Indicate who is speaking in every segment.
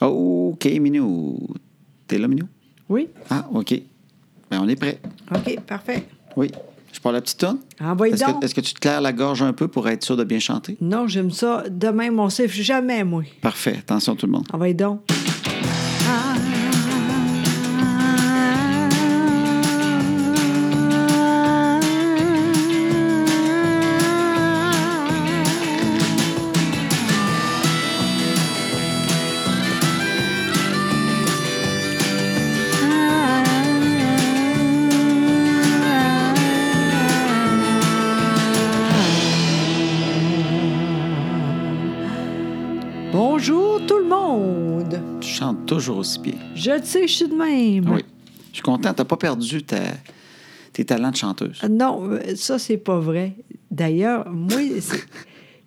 Speaker 1: OK, Minou. T'es là, Minou?
Speaker 2: Oui?
Speaker 1: Ah, OK. Ben, on est prêt.
Speaker 2: OK, parfait.
Speaker 1: Oui. Je prends la petite tonne.
Speaker 2: Envoyez
Speaker 1: Est-ce
Speaker 2: donc.
Speaker 1: que, est-ce que tu te claires la gorge un peu pour être sûr de bien chanter?
Speaker 2: Non, j'aime ça. Demain, mon siffle, jamais, moi.
Speaker 1: Parfait. Attention, tout le monde.
Speaker 2: Envoyez donc. Bonjour tout le monde.
Speaker 1: Tu chantes toujours aussi bien.
Speaker 2: Je le sais, je suis de même.
Speaker 1: Oui. Je suis content. T'as pas perdu ta- tes talents de chanteuse.
Speaker 2: Ah Non, euh, ça, c'est pas vrai. D'ailleurs, moi, c'est-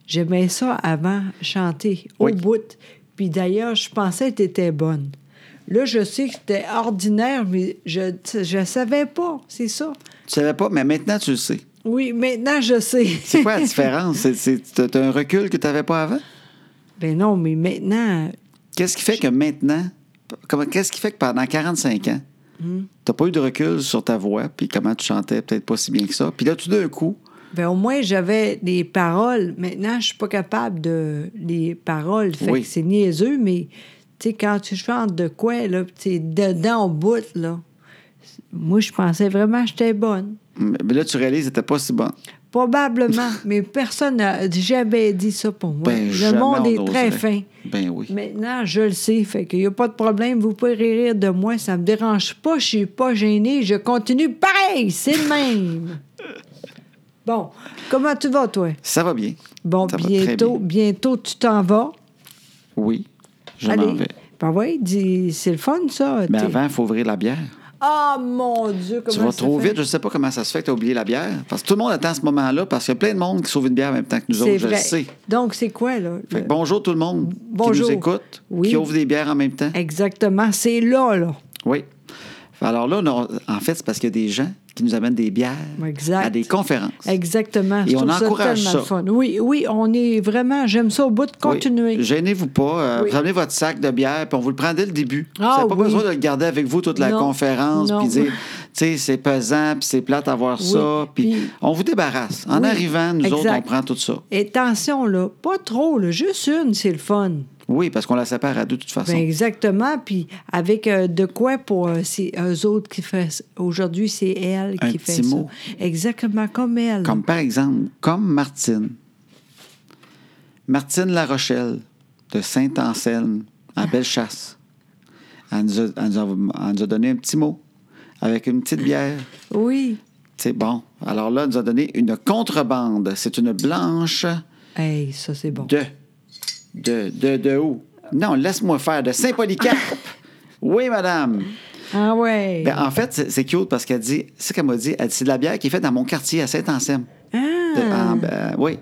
Speaker 2: j'aimais ça avant, chanter, au
Speaker 1: Oui.
Speaker 2: bout. Puis d'ailleurs, je pensais que t'étais bonne. Là, je sais que c'était ordinaire, mais je je savais pas, c'est ça.
Speaker 1: Tu savais pas, mais maintenant, tu le sais.
Speaker 2: Oui, maintenant, je sais.
Speaker 1: C'est quoi la différence? C'est- C'est t'as- t'as un recul que tu n'avais pas avant?
Speaker 2: ben non, mais maintenant,
Speaker 1: Qu'est-ce qui fait que maintenant, comment- qu'est-ce qui fait que pendant 45 ans, t'as pas eu de recul sur ta voix, puis comment tu chantais peut-être pas si bien que ça, puis là, tout d'un coup,
Speaker 2: ben au moins, j'avais des paroles. Maintenant, je suis pas capable de... Les paroles, fait
Speaker 1: Oui.
Speaker 2: que c'est niaiseux, mais... Tu sais, quand tu chantes de quoi, là, pis t'es dedans au bout, là. Moi, je pensais vraiment que j'étais bonne.
Speaker 1: mais là, tu réalises que t'étais pas si bon.
Speaker 2: Probablement, mais personne n'a jamais dit ça pour moi.
Speaker 1: Ben,
Speaker 2: le
Speaker 1: jamais
Speaker 2: monde
Speaker 1: on
Speaker 2: est très fin.
Speaker 1: oserait. Ben oui.
Speaker 2: Maintenant, je le sais, fait qu'il n'y a pas de problème, vous pouvez rire de moi, ça me dérange pas, je suis pas gênée, je continue pareil, c'est le même. bon, comment tu vas, toi?
Speaker 1: Ça va bien.
Speaker 2: Bon,
Speaker 1: Ça va très
Speaker 2: bientôt,
Speaker 1: bien.
Speaker 2: bientôt, tu t'en vas.
Speaker 1: Oui, je
Speaker 2: Allez.
Speaker 1: m'en vais.
Speaker 2: Ben oui, dis, c'est le fun, ça.
Speaker 1: Mais
Speaker 2: t'es-
Speaker 1: avant, il faut ouvrir la bière.
Speaker 2: Ah, mon Dieu, comment
Speaker 1: tu vas
Speaker 2: ça
Speaker 1: trop
Speaker 2: fait?
Speaker 1: vite, je sais pas comment ça se fait que tu as oublié la bière. Parce que tout le monde attend ce moment-là, parce qu'il y a plein de monde qui sauve une bière en même temps que nous
Speaker 2: C'est
Speaker 1: autres, je le
Speaker 2: vrai.
Speaker 1: sais.
Speaker 2: Donc, c'est quoi, là?
Speaker 1: Fait
Speaker 2: le-
Speaker 1: que bonjour tout le monde qui
Speaker 2: Bonjour.
Speaker 1: nous écoute,
Speaker 2: Oui.
Speaker 1: qui ouvre des bières en même temps.
Speaker 2: Exactement, c'est là, là.
Speaker 1: Oui. Alors là, on a- en fait, c'est parce qu'il y a des gens qui nous amènent des bières
Speaker 2: Exact.
Speaker 1: à des conférences.
Speaker 2: Exactement.
Speaker 1: Et
Speaker 2: Je
Speaker 1: on
Speaker 2: trouve
Speaker 1: encourage
Speaker 2: tellement
Speaker 1: ça.
Speaker 2: le fun. Oui, oui, on est vraiment. J'aime ça au bout de
Speaker 1: Oui.
Speaker 2: continuer.
Speaker 1: Gênez-vous pas. euh,
Speaker 2: Oui.
Speaker 1: Prenez votre sac de bière, puis on vous le prend dès le début. vous
Speaker 2: Ah,
Speaker 1: n'avez pas
Speaker 2: oui.
Speaker 1: besoin de le garder avec vous toute la
Speaker 2: Non.
Speaker 1: conférence,
Speaker 2: Non.
Speaker 1: puis dire, tu sais, c'est pesant, puis c'est plate à voir
Speaker 2: Oui.
Speaker 1: ça. Puis
Speaker 2: Puis-
Speaker 1: on vous débarrasse. En
Speaker 2: Oui.
Speaker 1: arrivant, nous autres,
Speaker 2: Exact.
Speaker 1: on prend tout ça.
Speaker 2: Et attention, là, pas trop, là, juste une, c'est le fun.
Speaker 1: Oui, parce qu'on la sépare à deux de toute façon.
Speaker 2: Ben, exactement. Puis avec euh, de quoi pour euh, c'est eux autres qui fait Aujourd'hui, c'est elle
Speaker 1: Un
Speaker 2: qui fait
Speaker 1: petit
Speaker 2: ça.
Speaker 1: mot.
Speaker 2: Exactement comme elle.
Speaker 1: Comme par exemple, comme Martine. Martine La Rochelle, de Saint-Anselme,
Speaker 2: Ah.
Speaker 1: à Bellechasse. Elle nous, a, elle nous a- elle nous a donné un petit mot, avec une petite bière.
Speaker 2: Oui.
Speaker 1: C'est bon. Alors là, elle nous a donné une contrebande. C'est une blanche
Speaker 2: Hey, ça, c'est bon.
Speaker 1: de. De, de, de où? Non, laisse-moi faire, de Saint-Polycarpe. Oui, madame.
Speaker 2: Ah ouais.
Speaker 1: Ben, en fait, c'est- c'est cute parce qu'elle dit, c'est ce qu'elle m'a dit, elle dit, c'est de la bière qui est faite dans mon quartier à Saint-Anselme. De-
Speaker 2: ah.
Speaker 1: en- ben, oui.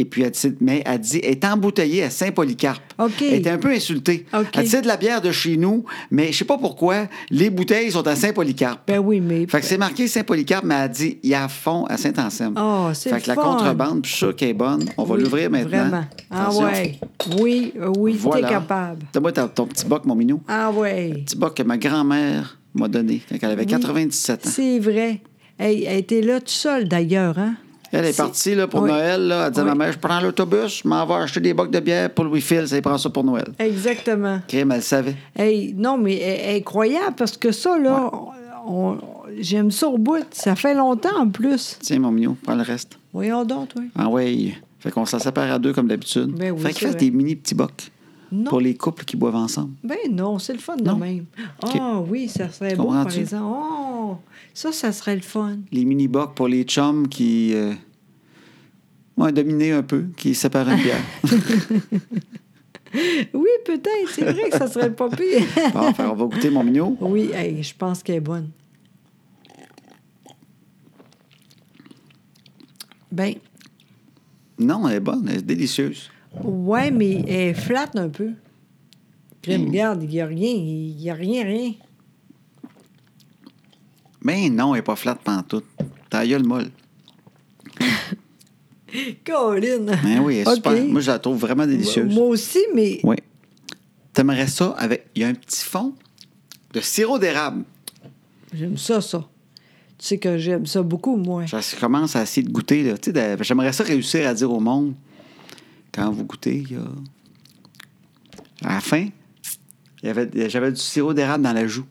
Speaker 1: Et puis, elle dit, mais elle dit, elle est embouteillée à Saint-Polycarpe.
Speaker 2: OK.
Speaker 1: Elle était un peu insultée.
Speaker 2: OK.
Speaker 1: Elle dit, c'est de la bière de chez nous, mais je sais pas pourquoi, les bouteilles sont à Saint-Polycarpe.
Speaker 2: Ben oui, mais.
Speaker 1: Fait que c'est marqué Saint-Polycarpe, mais elle dit, il y a fond à Saint-Anselme.
Speaker 2: Ah, c'est
Speaker 1: Fait que la
Speaker 2: fun.
Speaker 1: contrebande, puis ça qui est bonne, on va
Speaker 2: Oui,
Speaker 1: l'ouvrir maintenant.
Speaker 2: Vraiment. Ah
Speaker 1: Attention.
Speaker 2: ouais. Oui, euh, oui,
Speaker 1: Voilà.
Speaker 2: t'es capable.
Speaker 1: Donne-moi ta- ton petit boc, mon minou.
Speaker 2: Ah ouais.
Speaker 1: Petit boc que ma grand-mère m'a donné quand elle avait
Speaker 2: Oui.
Speaker 1: 97 ans.
Speaker 2: C'est vrai. Hey, elle était là toute seule, d'ailleurs, hein?
Speaker 1: Elle est
Speaker 2: C'est-
Speaker 1: partie là, pour
Speaker 2: Oui.
Speaker 1: Noël. Là, elle disait à
Speaker 2: Oui.
Speaker 1: ma mère, je prends l'autobus, je m'en vais acheter des bocs de bière pour Louis-Phil, ça il prend ça pour Noël.
Speaker 2: Exactement.
Speaker 1: Crime, elle savait.
Speaker 2: Hey, non, mais elle- elle est incroyable, parce que ça, là, on- on- j'aime ça au bout. Ça fait longtemps, en plus.
Speaker 1: Tiens, mon minou, prends le reste.
Speaker 2: Voyons donc, toi.
Speaker 1: Ah ouais. Fait qu'on s'en sépare à deux comme d'habitude.
Speaker 2: Ben oui,
Speaker 1: fait qu'ils
Speaker 2: c'est
Speaker 1: fassent
Speaker 2: vrai.
Speaker 1: des mini petits bocs
Speaker 2: Non.
Speaker 1: pour les couples qui boivent ensemble.
Speaker 2: Ben non, c'est le fun
Speaker 1: Non.
Speaker 2: de même. Ah
Speaker 1: OK.
Speaker 2: oui, ça serait beau, par
Speaker 1: Comprends-tu?
Speaker 2: exemple. Oh, ça, ça serait le fun.
Speaker 1: Les mini bocs pour les chums qui. Euh, ouais, dominés un peu, qui séparent une bière.
Speaker 2: Oui, peut-être. C'est vrai que ça serait pas pire.
Speaker 1: Bon, fait, on va goûter mon minou.
Speaker 2: oui, hey, je pense qu'elle est bonne. Ben,
Speaker 1: Non, elle est bonne, elle est délicieuse.
Speaker 2: Ouais, mais elle flatte un peu. Puis
Speaker 1: Hmm.
Speaker 2: là, regarde, il n'y a rien, il n'y a rien, rien.
Speaker 1: Mais non, elle n'est pas flatte pantoute. Ta gueule molle.
Speaker 2: Colline!
Speaker 1: Ben oui, elle est
Speaker 2: OK.
Speaker 1: Ben super. Moi, je la trouve vraiment délicieuse.
Speaker 2: Moi aussi, mais
Speaker 1: Oui. T'aimerais ça avec. Il y a un petit fond de sirop d'érable.
Speaker 2: J'aime ça, ça. Tu sais que j'aime ça beaucoup, moi.
Speaker 1: Je je commence à essayer de goûter. là. Tu sais, de- J'aimerais ça réussir à dire au monde quand vous goûtez, il y a. À la fin, il y avait- j'avais du sirop d'érable dans la joue.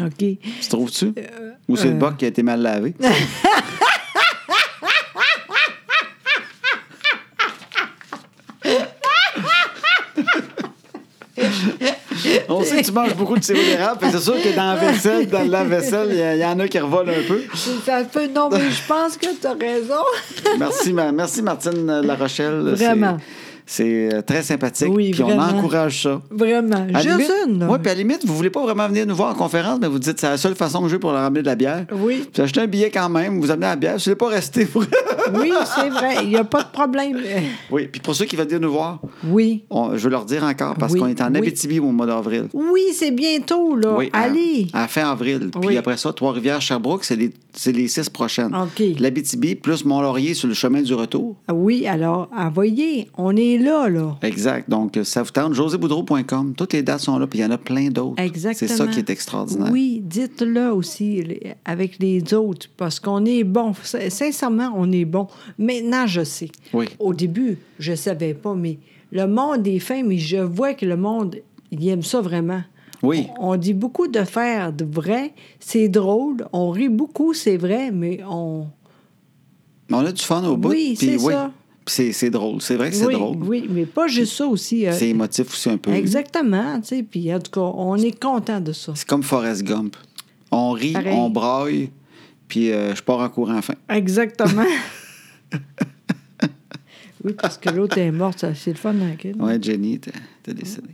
Speaker 2: OK.
Speaker 1: Tu trouves-tu?
Speaker 2: Euh,
Speaker 1: Ou c'est le boc qui a été mal lavé? On sait que tu manges beaucoup de sirop d'érable, fait que c'est sûr que dans la vaisselle, dans la vaisselle, il y a- il y, en a qui revolent un peu.
Speaker 2: Ça peut... Non, mais je pense que tu as raison.
Speaker 1: Merci, ma- merci Martine La Rochelle. C'est-
Speaker 2: Vraiment.
Speaker 1: C'est euh, très sympathique.
Speaker 2: Oui,
Speaker 1: puis
Speaker 2: vraiment.
Speaker 1: on encourage ça.
Speaker 2: Vraiment.
Speaker 1: À la
Speaker 2: Juste
Speaker 1: limite-
Speaker 2: une. là.
Speaker 1: Ouais, puis à la limite, vous voulez pas vraiment venir nous voir en conférence, mais vous dites c'est la seule façon que j'ai pour leur ramener de la bière.
Speaker 2: Oui.
Speaker 1: Vous achetez un billet quand même, vous amenez la bière, vous ne pas rester pour.
Speaker 2: Oui, c'est vrai. Il n'y a pas de problème.
Speaker 1: oui, puis pour ceux qui veulent venir nous voir,
Speaker 2: Oui.
Speaker 1: on- je veux leur dire encore parce
Speaker 2: Oui,
Speaker 1: qu'on est en
Speaker 2: oui.
Speaker 1: Abitibi au mois d'avril.
Speaker 2: Oui, c'est bientôt, là.
Speaker 1: Oui, hein. à-
Speaker 2: Allez.
Speaker 1: À, la fin avril. Puis
Speaker 2: Oui.
Speaker 1: après ça, Trois-Rivières, Sherbrooke, c'est les, c'est les six prochaines.
Speaker 2: OK.
Speaker 1: L'Abitibi plus Mont-Laurier sur le chemin du retour.
Speaker 2: Ah Oui, alors, envoyez. On est là, là.
Speaker 1: Exact. Donc, euh, ça vous tente, joséboudreau.com. Toutes les dates sont là, puis il y en a plein d'autres.
Speaker 2: Exactement.
Speaker 1: C'est ça qui est extraordinaire.
Speaker 2: Oui, dites-le aussi les- avec les autres, parce qu'on est bon. Sin- Sincèrement, on est bon. Maintenant, je sais.
Speaker 1: Oui.
Speaker 2: Au début, je savais pas, mais le monde est fin, mais je vois que le monde, il aime ça vraiment.
Speaker 1: Oui.
Speaker 2: On on dit beaucoup de faire de vrai, c'est drôle, on rit beaucoup, c'est vrai, mais on...
Speaker 1: Mais on a du fun au bout.
Speaker 2: Oui,
Speaker 1: puis
Speaker 2: c'est ça.
Speaker 1: Puis c'est- c'est drôle. C'est vrai que c'est
Speaker 2: oui,
Speaker 1: drôle.
Speaker 2: Oui, mais pas juste ça aussi. euh,
Speaker 1: C'est émotif aussi un peu.
Speaker 2: exactement, tu sais, puis en tout cas, on est content de ça.
Speaker 1: C'est comme Forrest Gump. On rit,
Speaker 2: Pareil.
Speaker 1: on braille, puis euh, je pars en courant enfin.
Speaker 2: Exactement. oui, parce que l'autre est morte, ça, c'est le fun, hein, kid.
Speaker 1: Ouais, Jenny, t'es t'es décédée.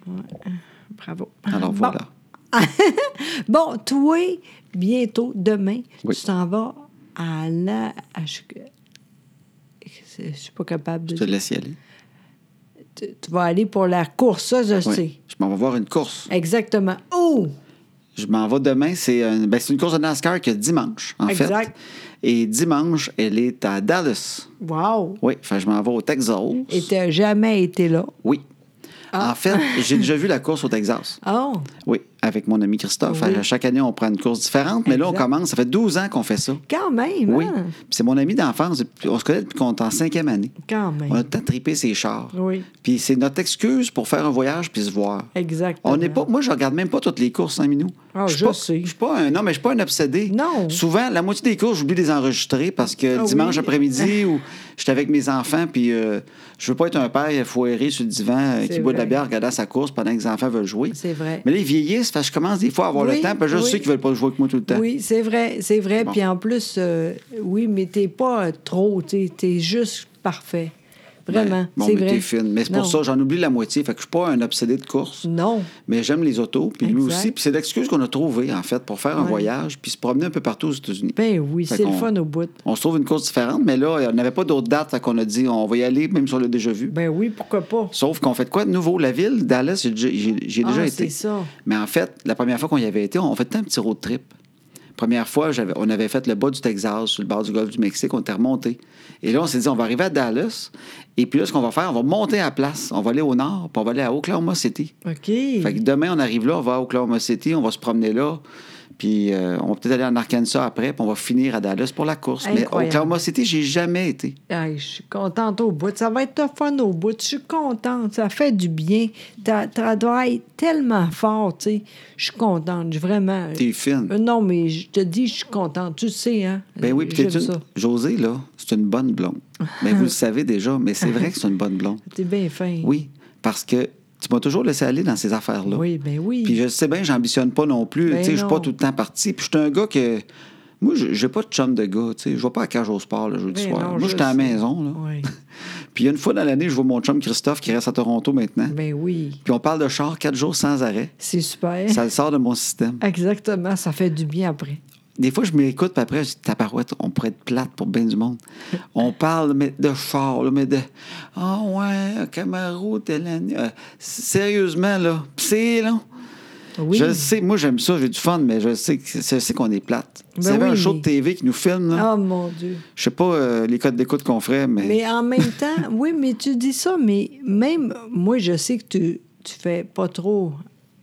Speaker 2: Bravo.
Speaker 1: Alors
Speaker 2: Bon.
Speaker 1: voilà.
Speaker 2: Bon, toi, bientôt, demain,
Speaker 1: Oui.
Speaker 2: tu t'en vas à la... à- je... je suis pas capable de
Speaker 1: Je te laisse y aller.
Speaker 2: tu, tu vas aller pour la course, ça, je
Speaker 1: Oui.
Speaker 2: sais.
Speaker 1: Je m'en vais voir une course.
Speaker 2: Exactement. Oh!
Speaker 1: Je m'en vais demain. C'est un- ben, c'est une course de NASCAR qui est dimanche, en
Speaker 2: Exact.
Speaker 1: fait. Et dimanche, elle est à Dallas.
Speaker 2: Wow!
Speaker 1: Oui, enfin, je m'en vais au Texas.
Speaker 2: Et Ah. t'as jamais été là.
Speaker 1: Oui. En fait, j'ai déjà vu la course au Texas.
Speaker 2: Oh!
Speaker 1: Oui, avec mon ami Christophe.
Speaker 2: Oui.
Speaker 1: À chaque année, on prend une course différente, mais là, on
Speaker 2: Exact. Ah.
Speaker 1: commence. Ça fait 12 ans qu'on fait ça.
Speaker 2: Quand même,
Speaker 1: Oui.
Speaker 2: hein?
Speaker 1: Puis c'est mon ami d'enfance. depuis- On se connaît depuis qu'on est en cinquième année.
Speaker 2: Quand même.
Speaker 1: On a tant tripé ses chars.
Speaker 2: Oui.
Speaker 1: Puis c'est notre excuse pour faire un voyage puis se voir.
Speaker 2: Exactement.
Speaker 1: On n'est pas, moi, je regarde même pas toutes les courses, hein, Minou.
Speaker 2: Ah,
Speaker 1: suis
Speaker 2: je
Speaker 1: pas-
Speaker 2: sais.
Speaker 1: Je suis pas un, non, mais je suis pas un obsédé.
Speaker 2: Non.
Speaker 1: Souvent, la moitié des courses, j'oublie de les enregistrer parce que
Speaker 2: Ah
Speaker 1: dimanche
Speaker 2: oui.
Speaker 1: après-midi ou j'étais avec mes enfants, puis euh, je veux pas être un père foiré sur le divan euh,
Speaker 2: C'est
Speaker 1: qui boit de la
Speaker 2: vrai.
Speaker 1: bière regardant sa course pendant que les enfants veulent jouer.
Speaker 2: C'est vrai.
Speaker 1: Mais les vieillissent, fait que je commence des fois à avoir
Speaker 2: Oui,
Speaker 1: le temps, puis je
Speaker 2: oui.
Speaker 1: sais qu'ils veulent pas jouer avec moi tout le temps.
Speaker 2: Oui, c'est vrai, c'est vrai.
Speaker 1: Bon.
Speaker 2: Puis en plus, euh, oui, mais t'es pas euh, trop, t'es es juste parfait. Vraiment,
Speaker 1: Ben, bon,
Speaker 2: c'est
Speaker 1: mais
Speaker 2: vrai.
Speaker 1: t'es fine. Mais c'est pour
Speaker 2: Non.
Speaker 1: ça, j'en oublie la moitié. Fait que je suis pas un obsédé de course.
Speaker 2: Non,
Speaker 1: Mais j'aime les autos, puis lui
Speaker 2: Exact.
Speaker 1: aussi. Puis c'est l'excuse qu'on a trouvée, en fait, pour faire un
Speaker 2: Ouais.
Speaker 1: voyage, puis se promener un peu partout aux États-Unis.
Speaker 2: ben oui,
Speaker 1: Fait
Speaker 2: c'est le
Speaker 1: qu'on-
Speaker 2: fun au bout.
Speaker 1: On se trouve une course différente, mais là, on n'avait pas d'autres dates, fait qu'on a dit on va y aller, même si on l'a déjà vu.
Speaker 2: Ben oui, pourquoi pas?
Speaker 1: Sauf qu'on fait de quoi de nouveau? La ville, Dallas, j'ai déjà- j'ai j'ai
Speaker 2: Ah,
Speaker 1: déjà
Speaker 2: c'est
Speaker 1: été.
Speaker 2: ça.
Speaker 1: Mais en fait, la première fois qu'on y avait été, on fait un petit road trip. Première fois, j'avais- on avait fait le bas du Texas, sur le bord du golfe du Mexique, on était remonté. Et là, on s'est dit, on va arriver à Dallas, et puis là, ce qu'on va faire, on va monter à la place. On va aller au nord, puis on va aller à Oklahoma City.
Speaker 2: OK.
Speaker 1: Fait que demain, on arrive là, on va à Oklahoma City, on va se promener là. Puis euh, on va peut-être aller en Arkansas après, puis on va finir à Dallas pour la course. Mais
Speaker 2: Incroyable.
Speaker 1: Oklahoma City, j'ai jamais été.
Speaker 2: Hey, je suis contente au bout. Ça va être le fun au bout. Je suis contente. Ça fait du bien. Tu travailles tellement fort, tu sais. Je suis contente, je- vraiment.
Speaker 1: T'es fine.
Speaker 2: Euh, Non, mais je te dis, je suis contente. Tu le sais, hein?
Speaker 1: Ben oui, puis t'es
Speaker 2: J'aime
Speaker 1: une...
Speaker 2: ça.
Speaker 1: Josée, là, c'est une bonne blonde. Mais vous le savez déjà, mais c'est vrai que c'est une bonne blonde.
Speaker 2: T'es bien fin.
Speaker 1: Oui, parce que tu m'as toujours laissé aller dans ces affaires-là.
Speaker 2: Oui, ben oui.
Speaker 1: Puis je sais bien, j'ambitionne pas non plus.
Speaker 2: Ben
Speaker 1: tu sais, je suis
Speaker 2: non.
Speaker 1: pas tout le temps parti. Puis je suis un gars que. Moi, je- j'ai pas de chum de gars. Tu sais, je vais pas à la cage au sport le jeudi
Speaker 2: Ben
Speaker 1: soir.
Speaker 2: non,
Speaker 1: Moi,
Speaker 2: je
Speaker 1: j'étais à la
Speaker 2: sais.
Speaker 1: maison, là.
Speaker 2: Oui.
Speaker 1: Puis une fois dans l'année, je vois mon chum Christophe qui reste à Toronto maintenant.
Speaker 2: Ben oui.
Speaker 1: Puis on parle de char quatre jours sans arrêt.
Speaker 2: C'est super.
Speaker 1: Ça le sort de mon système.
Speaker 2: Exactement, ça fait du bien après.
Speaker 1: Des fois, je m'écoute, puis après, je dis, tabarouette, on pourrait être plate pour bien du monde. On parle mais, de char, là, mais de... Ah ouais, Camaro, telle année. Euh, sérieusement, là, pis c'est long.
Speaker 2: Oui.
Speaker 1: Je le sais, moi, j'aime ça, j'ai du fun, mais je sais que je sais qu'on est plate.
Speaker 2: Ben
Speaker 1: C'est
Speaker 2: oui,
Speaker 1: un show
Speaker 2: mais-
Speaker 1: de TV qui nous filme, là.
Speaker 2: Oh mon Dieu.
Speaker 1: Je sais pas euh, les codes d'écoute qu'on ferait, mais...
Speaker 2: Mais en même temps, oui, mais tu dis ça, mais même moi, je sais que tu, tu fais pas trop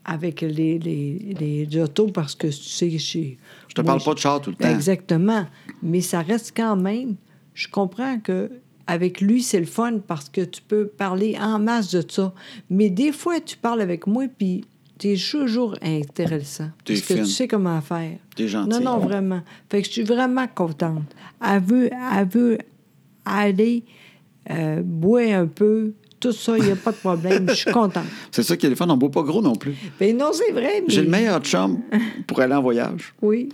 Speaker 2: avec les, les, les autos parce que tu sais que je...
Speaker 1: Je te parle pas de char tout le temps.
Speaker 2: Exactement. Mais ça reste quand même... Je comprends que avec lui, c'est le fun parce que tu peux parler en masse de ça. Mais des fois, tu parles avec moi, puis t'es toujours intéressant.
Speaker 1: T'es
Speaker 2: parce que
Speaker 1: fine.
Speaker 2: tu sais comment faire.
Speaker 1: T'es gentil.
Speaker 2: Non, non, vraiment. Fait que je suis vraiment contente. Elle veut, elle veut aller euh, boire un peu. Tout ça, il n'y a pas de problème. Je suis contente.
Speaker 1: C'est ça qui est le fun, on ne boit pas gros non plus.
Speaker 2: Mais non, c'est vrai. Mais...
Speaker 1: J'ai le meilleur chum pour aller en voyage.
Speaker 2: Oui.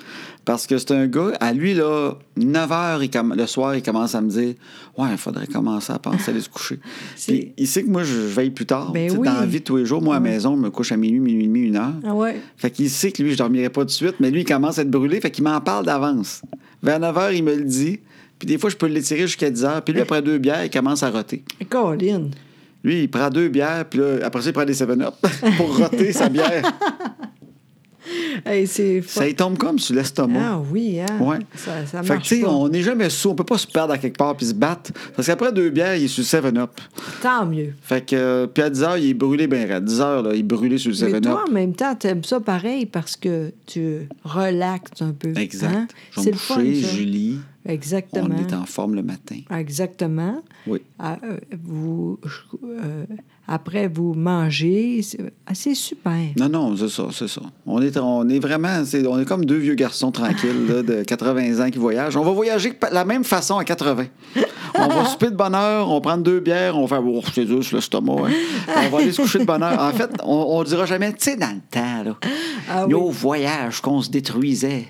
Speaker 1: Parce que c'est un gars, à lui, là, 9 h le soir, il commence à me dire Ouais, il faudrait commencer à penser à aller se coucher.
Speaker 2: C'est-
Speaker 1: Puis il sait que moi, je veille plus tard.
Speaker 2: Ben
Speaker 1: Tu sais,
Speaker 2: oui.
Speaker 1: Dans la vie de tous les jours, moi, à la maison, je me couche à minuit, minuit et demi, une heure.
Speaker 2: Ah ouais.
Speaker 1: Fait qu'il sait que lui, je dormirai pas tout de suite, mais lui, il commence à être brûlé, fait qu'il m'en parle d'avance. Vers 9 h, il me le dit. Puis des fois, je peux l'étirer jusqu'à 10 h. Puis lui, après deux bières, il commence à roter.
Speaker 2: Colline.
Speaker 1: Lui, il prend deux bières, puis là, après ça, il prend des 7-up pour roter sa bière.
Speaker 2: Hey, c'est
Speaker 1: Ça y tombe comme sur l'estomac.
Speaker 2: Ah oui, hein?
Speaker 1: Ouais.
Speaker 2: Ça, ça
Speaker 1: fait que,
Speaker 2: marche
Speaker 1: tu sais,
Speaker 2: pas.
Speaker 1: on n'est jamais sous. On peut pas se perdre à quelque part puis se battre. Parce qu'après deux bières, il est sur le 7-up.
Speaker 2: Tant mieux.
Speaker 1: Fait que, euh, puis à 10 h, il est brûlé bien raide. 10 h, là, il est brûlé sur le
Speaker 2: Mais
Speaker 1: 7-up.
Speaker 2: toi, en même temps, t'aimes ça pareil parce que tu relaxes un peu.
Speaker 1: Exact.
Speaker 2: hein?
Speaker 1: Je vais
Speaker 2: C'est
Speaker 1: me
Speaker 2: le fun,
Speaker 1: coucher,
Speaker 2: ça.
Speaker 1: Julie.
Speaker 2: Exactement.
Speaker 1: On est en forme le matin.
Speaker 2: Exactement.
Speaker 1: Oui.
Speaker 2: Ah, euh, vous, euh, après, vous mangez. C'est ah, c'est super.
Speaker 1: Non, non, c'est ça, c'est ça. On est, on est vraiment, c'est- on est comme deux vieux garçons tranquilles là, de 80 ans qui voyagent. On va voyager de la même façon à 80. On va souper de bonne heure, on prend deux bières, on va faire, oh, c'est dur sur l'estomac. hein. On va aller se coucher de bonne heure. En fait, on, on dira jamais, tu sais, dans le temps, là,
Speaker 2: Ah
Speaker 1: nos voyages qu'on se détruisait,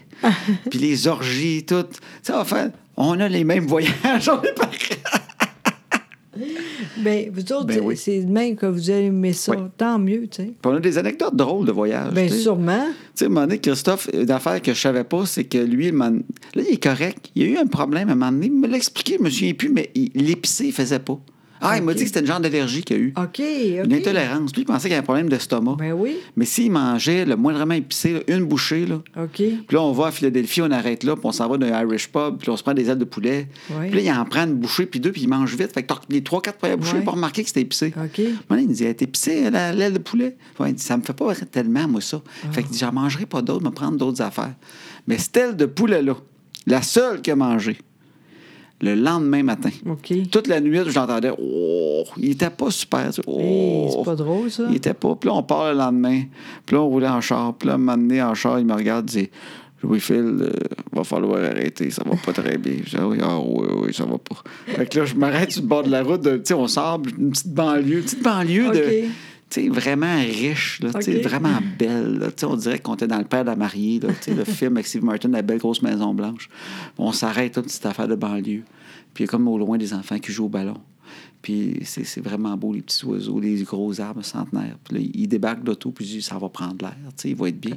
Speaker 1: puis les orgies, tout. Tu sais, enfin, on a les mêmes voyages, on est pareil.
Speaker 2: Ben, vous autres,
Speaker 1: Ben
Speaker 2: c'est-
Speaker 1: oui.
Speaker 2: c'est de même que vous aimez ça.
Speaker 1: Oui.
Speaker 2: Tant mieux, tu sais.
Speaker 1: Puis on a des anecdotes drôles de voyage.
Speaker 2: Bien
Speaker 1: tu sais.
Speaker 2: sûrement.
Speaker 1: Tu sais, à un moment donné, Christophe, une affaire que je savais pas, c'est que lui, il m'en- là, il est correct. Il y a eu un problème à un moment donné. Il me l'a expliqué, je me souviens plus, mais il- l'épicé, il faisait pas. Ah, il m'a
Speaker 2: Ok.
Speaker 1: dit que c'était une genre d'allergie qu'il a eu.
Speaker 2: OK. ok.
Speaker 1: Une intolérance. Lui, il pensait qu'il y avait un problème d'estomac.
Speaker 2: Ben oui.
Speaker 1: Mais s'il mangeait le moindrement épicé, là, une bouchée, là,
Speaker 2: OK.
Speaker 1: puis là, on va à Philadelphie, on arrête là, puis on s'en va d'un Irish pub, puis là, on se prend des ailes de poulet.
Speaker 2: Ouais.
Speaker 1: Puis là, il en prend une bouchée, puis deux, puis il mange vite. Fait que t'as les trois, quatre premières bouchées
Speaker 2: Ouais.
Speaker 1: pour remarquer que c'était épicé.
Speaker 2: OK.
Speaker 1: À un moment donné, il me dit, elle est épicée, euh, la- l'aile de poulet. Ouais, il dit, ça me fait pas tellement, moi, ça.
Speaker 2: Ah.
Speaker 1: Fait qu'il dit, j'en mangerai pas d'autres, me prendre d'autres affaires. Mais cette aile de poulet-là, la seule qu'il a mangée, le lendemain matin,
Speaker 2: OK.
Speaker 1: toute la nuit, je l'entendais, oh, il était pas super. tu sais, Oh.
Speaker 2: Hey, Eh, c'est pas drôle, ça.
Speaker 1: Il était pas. Puis là, on part le lendemain. Puis là, on roulait en char. Puis là, un moment donné, en char, il me regarde il dit Louis-Phil, euh, va falloir arrêter. Ça va pas très bien. Je dis Ah oui, ah oui, oui, ça va pas. Fait que là, je m'arrête sur le bord de la route. de- Tu sais, on sort, une petite banlieue. Une petite banlieue
Speaker 2: OK.
Speaker 1: de. Tu sais, vraiment riche, là, tu sais,
Speaker 2: OK.
Speaker 1: vraiment belle. là. Tu sais, on dirait qu'on était dans le père de la mariée, là, tu sais, le film avec Steve Martin, la belle grosse maison blanche. On s'arrête, là, petite affaire de banlieue. Puis il y a comme au loin des enfants qui jouent au ballon. Puis c'est c'est vraiment beau, les petits oiseaux, les gros arbres centenaires. Puis là, il débarque de l'auto, puis il dit, ça va prendre l'air, tu sais, il va être bien.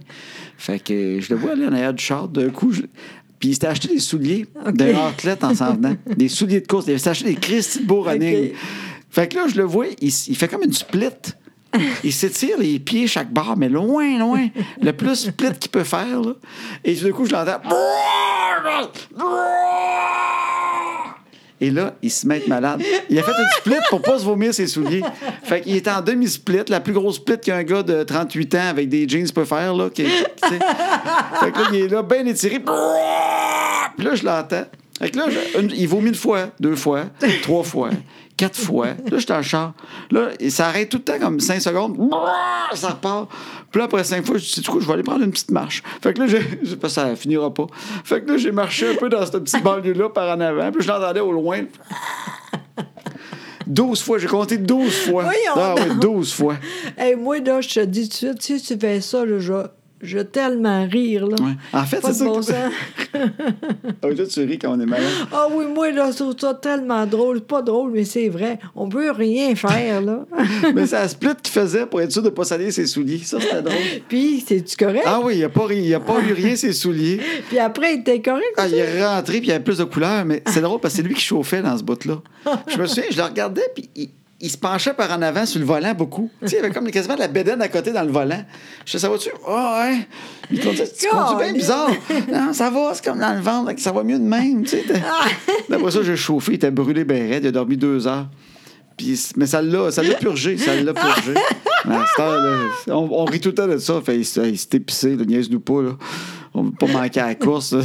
Speaker 1: Fait que euh, je le vois aller en arrière du char, d'un coup, je- puis il s'était acheté des souliers d'un athlète en s'en venant. des souliers de course, il s'était acheté des Christy de beaux running.
Speaker 2: OK.
Speaker 1: Fait que là, je le vois, il, s- il fait comme une split. Il s'étire les pieds chaque barre, mais loin, loin. Le plus split qu'il peut faire. là. Et tout d'un coup, je l'entends. Et là, il se met à être malade. Il a fait une split pour pas se vomir ses souliers. Fait qu'il est en demi-split, la plus grosse split qu'un gars de 38 ans avec des jeans peut faire. Là, qui- qui- tu sais. Fait que là, il est là, bien étiré. Puis là, je l'entends. Fait que là, je- une- il vomit une fois, deux fois, trois fois, quatre fois. Là, je suis en char. Là, il s'arrête tout le temps comme cinq secondes. Ça repart. Puis là, après cinq fois, je dis, du coup, je vais aller prendre une petite marche. Fait que là, j'ai- je- parce que ça finira pas. Fait que là, j'ai marché un peu dans cette petite banlieue-là par en avant. Puis je l'entendais au loin. 12 fois, j'ai compté 12 fois.
Speaker 2: Voyons
Speaker 1: ah oui,
Speaker 2: donc.
Speaker 1: 12 fois.
Speaker 2: Hey, moi, là, je te dis tout de suite, si tu fais ça, là, je, je vais tellement rire. Là.
Speaker 1: Ouais. En fait,
Speaker 2: Pas
Speaker 1: c'est ça
Speaker 2: de bon
Speaker 1: que-
Speaker 2: sens.
Speaker 1: Ah oui, toi, tu ris quand on est malade.
Speaker 2: Ah oui, moi, là, je trouve ça tellement drôle. Pas drôle, mais c'est vrai. On peut rien faire, là.
Speaker 1: Mais c'est la split qu'il faisait pour être sûr de ne pas salir ses souliers. Ça, c'était drôle.
Speaker 2: Puis, c'est-tu correct?
Speaker 1: Ah oui, il n'a pas, ri- il a pas eu rien, ses souliers.
Speaker 2: Puis après, il était correct.
Speaker 1: Ah, il est rentré, puis il y avait plus de couleurs, mais c'est drôle parce que c'est lui qui chauffait dans ce bout-là. Je me souviens, je le regardais, puis il, il se penchait par en avant sur le volant beaucoup. Tu sais, il avait comme quasiment de la bédaine à côté dans le volant. Je sais, ça va-tu? Ah, ouais. Il conduisait, tu conduis bien
Speaker 2: Colin.
Speaker 1: bizarre. Non, ça va, c'est comme dans le ventre, fait que ça va mieux de même. Tu sais, t'as- D'après ça, j'ai chauffé, il était brûlé, ben raide, il a dormi deux heures. Puis, mais ça l'a, ça l'a purgé, ça l'a purgé. Mais à cette heure, là, on, on rit tout le temps de ça. Fait, il s'est il s'est épicé, le niaise-nous pas. Là. On ne peut pas manquer à la course. là.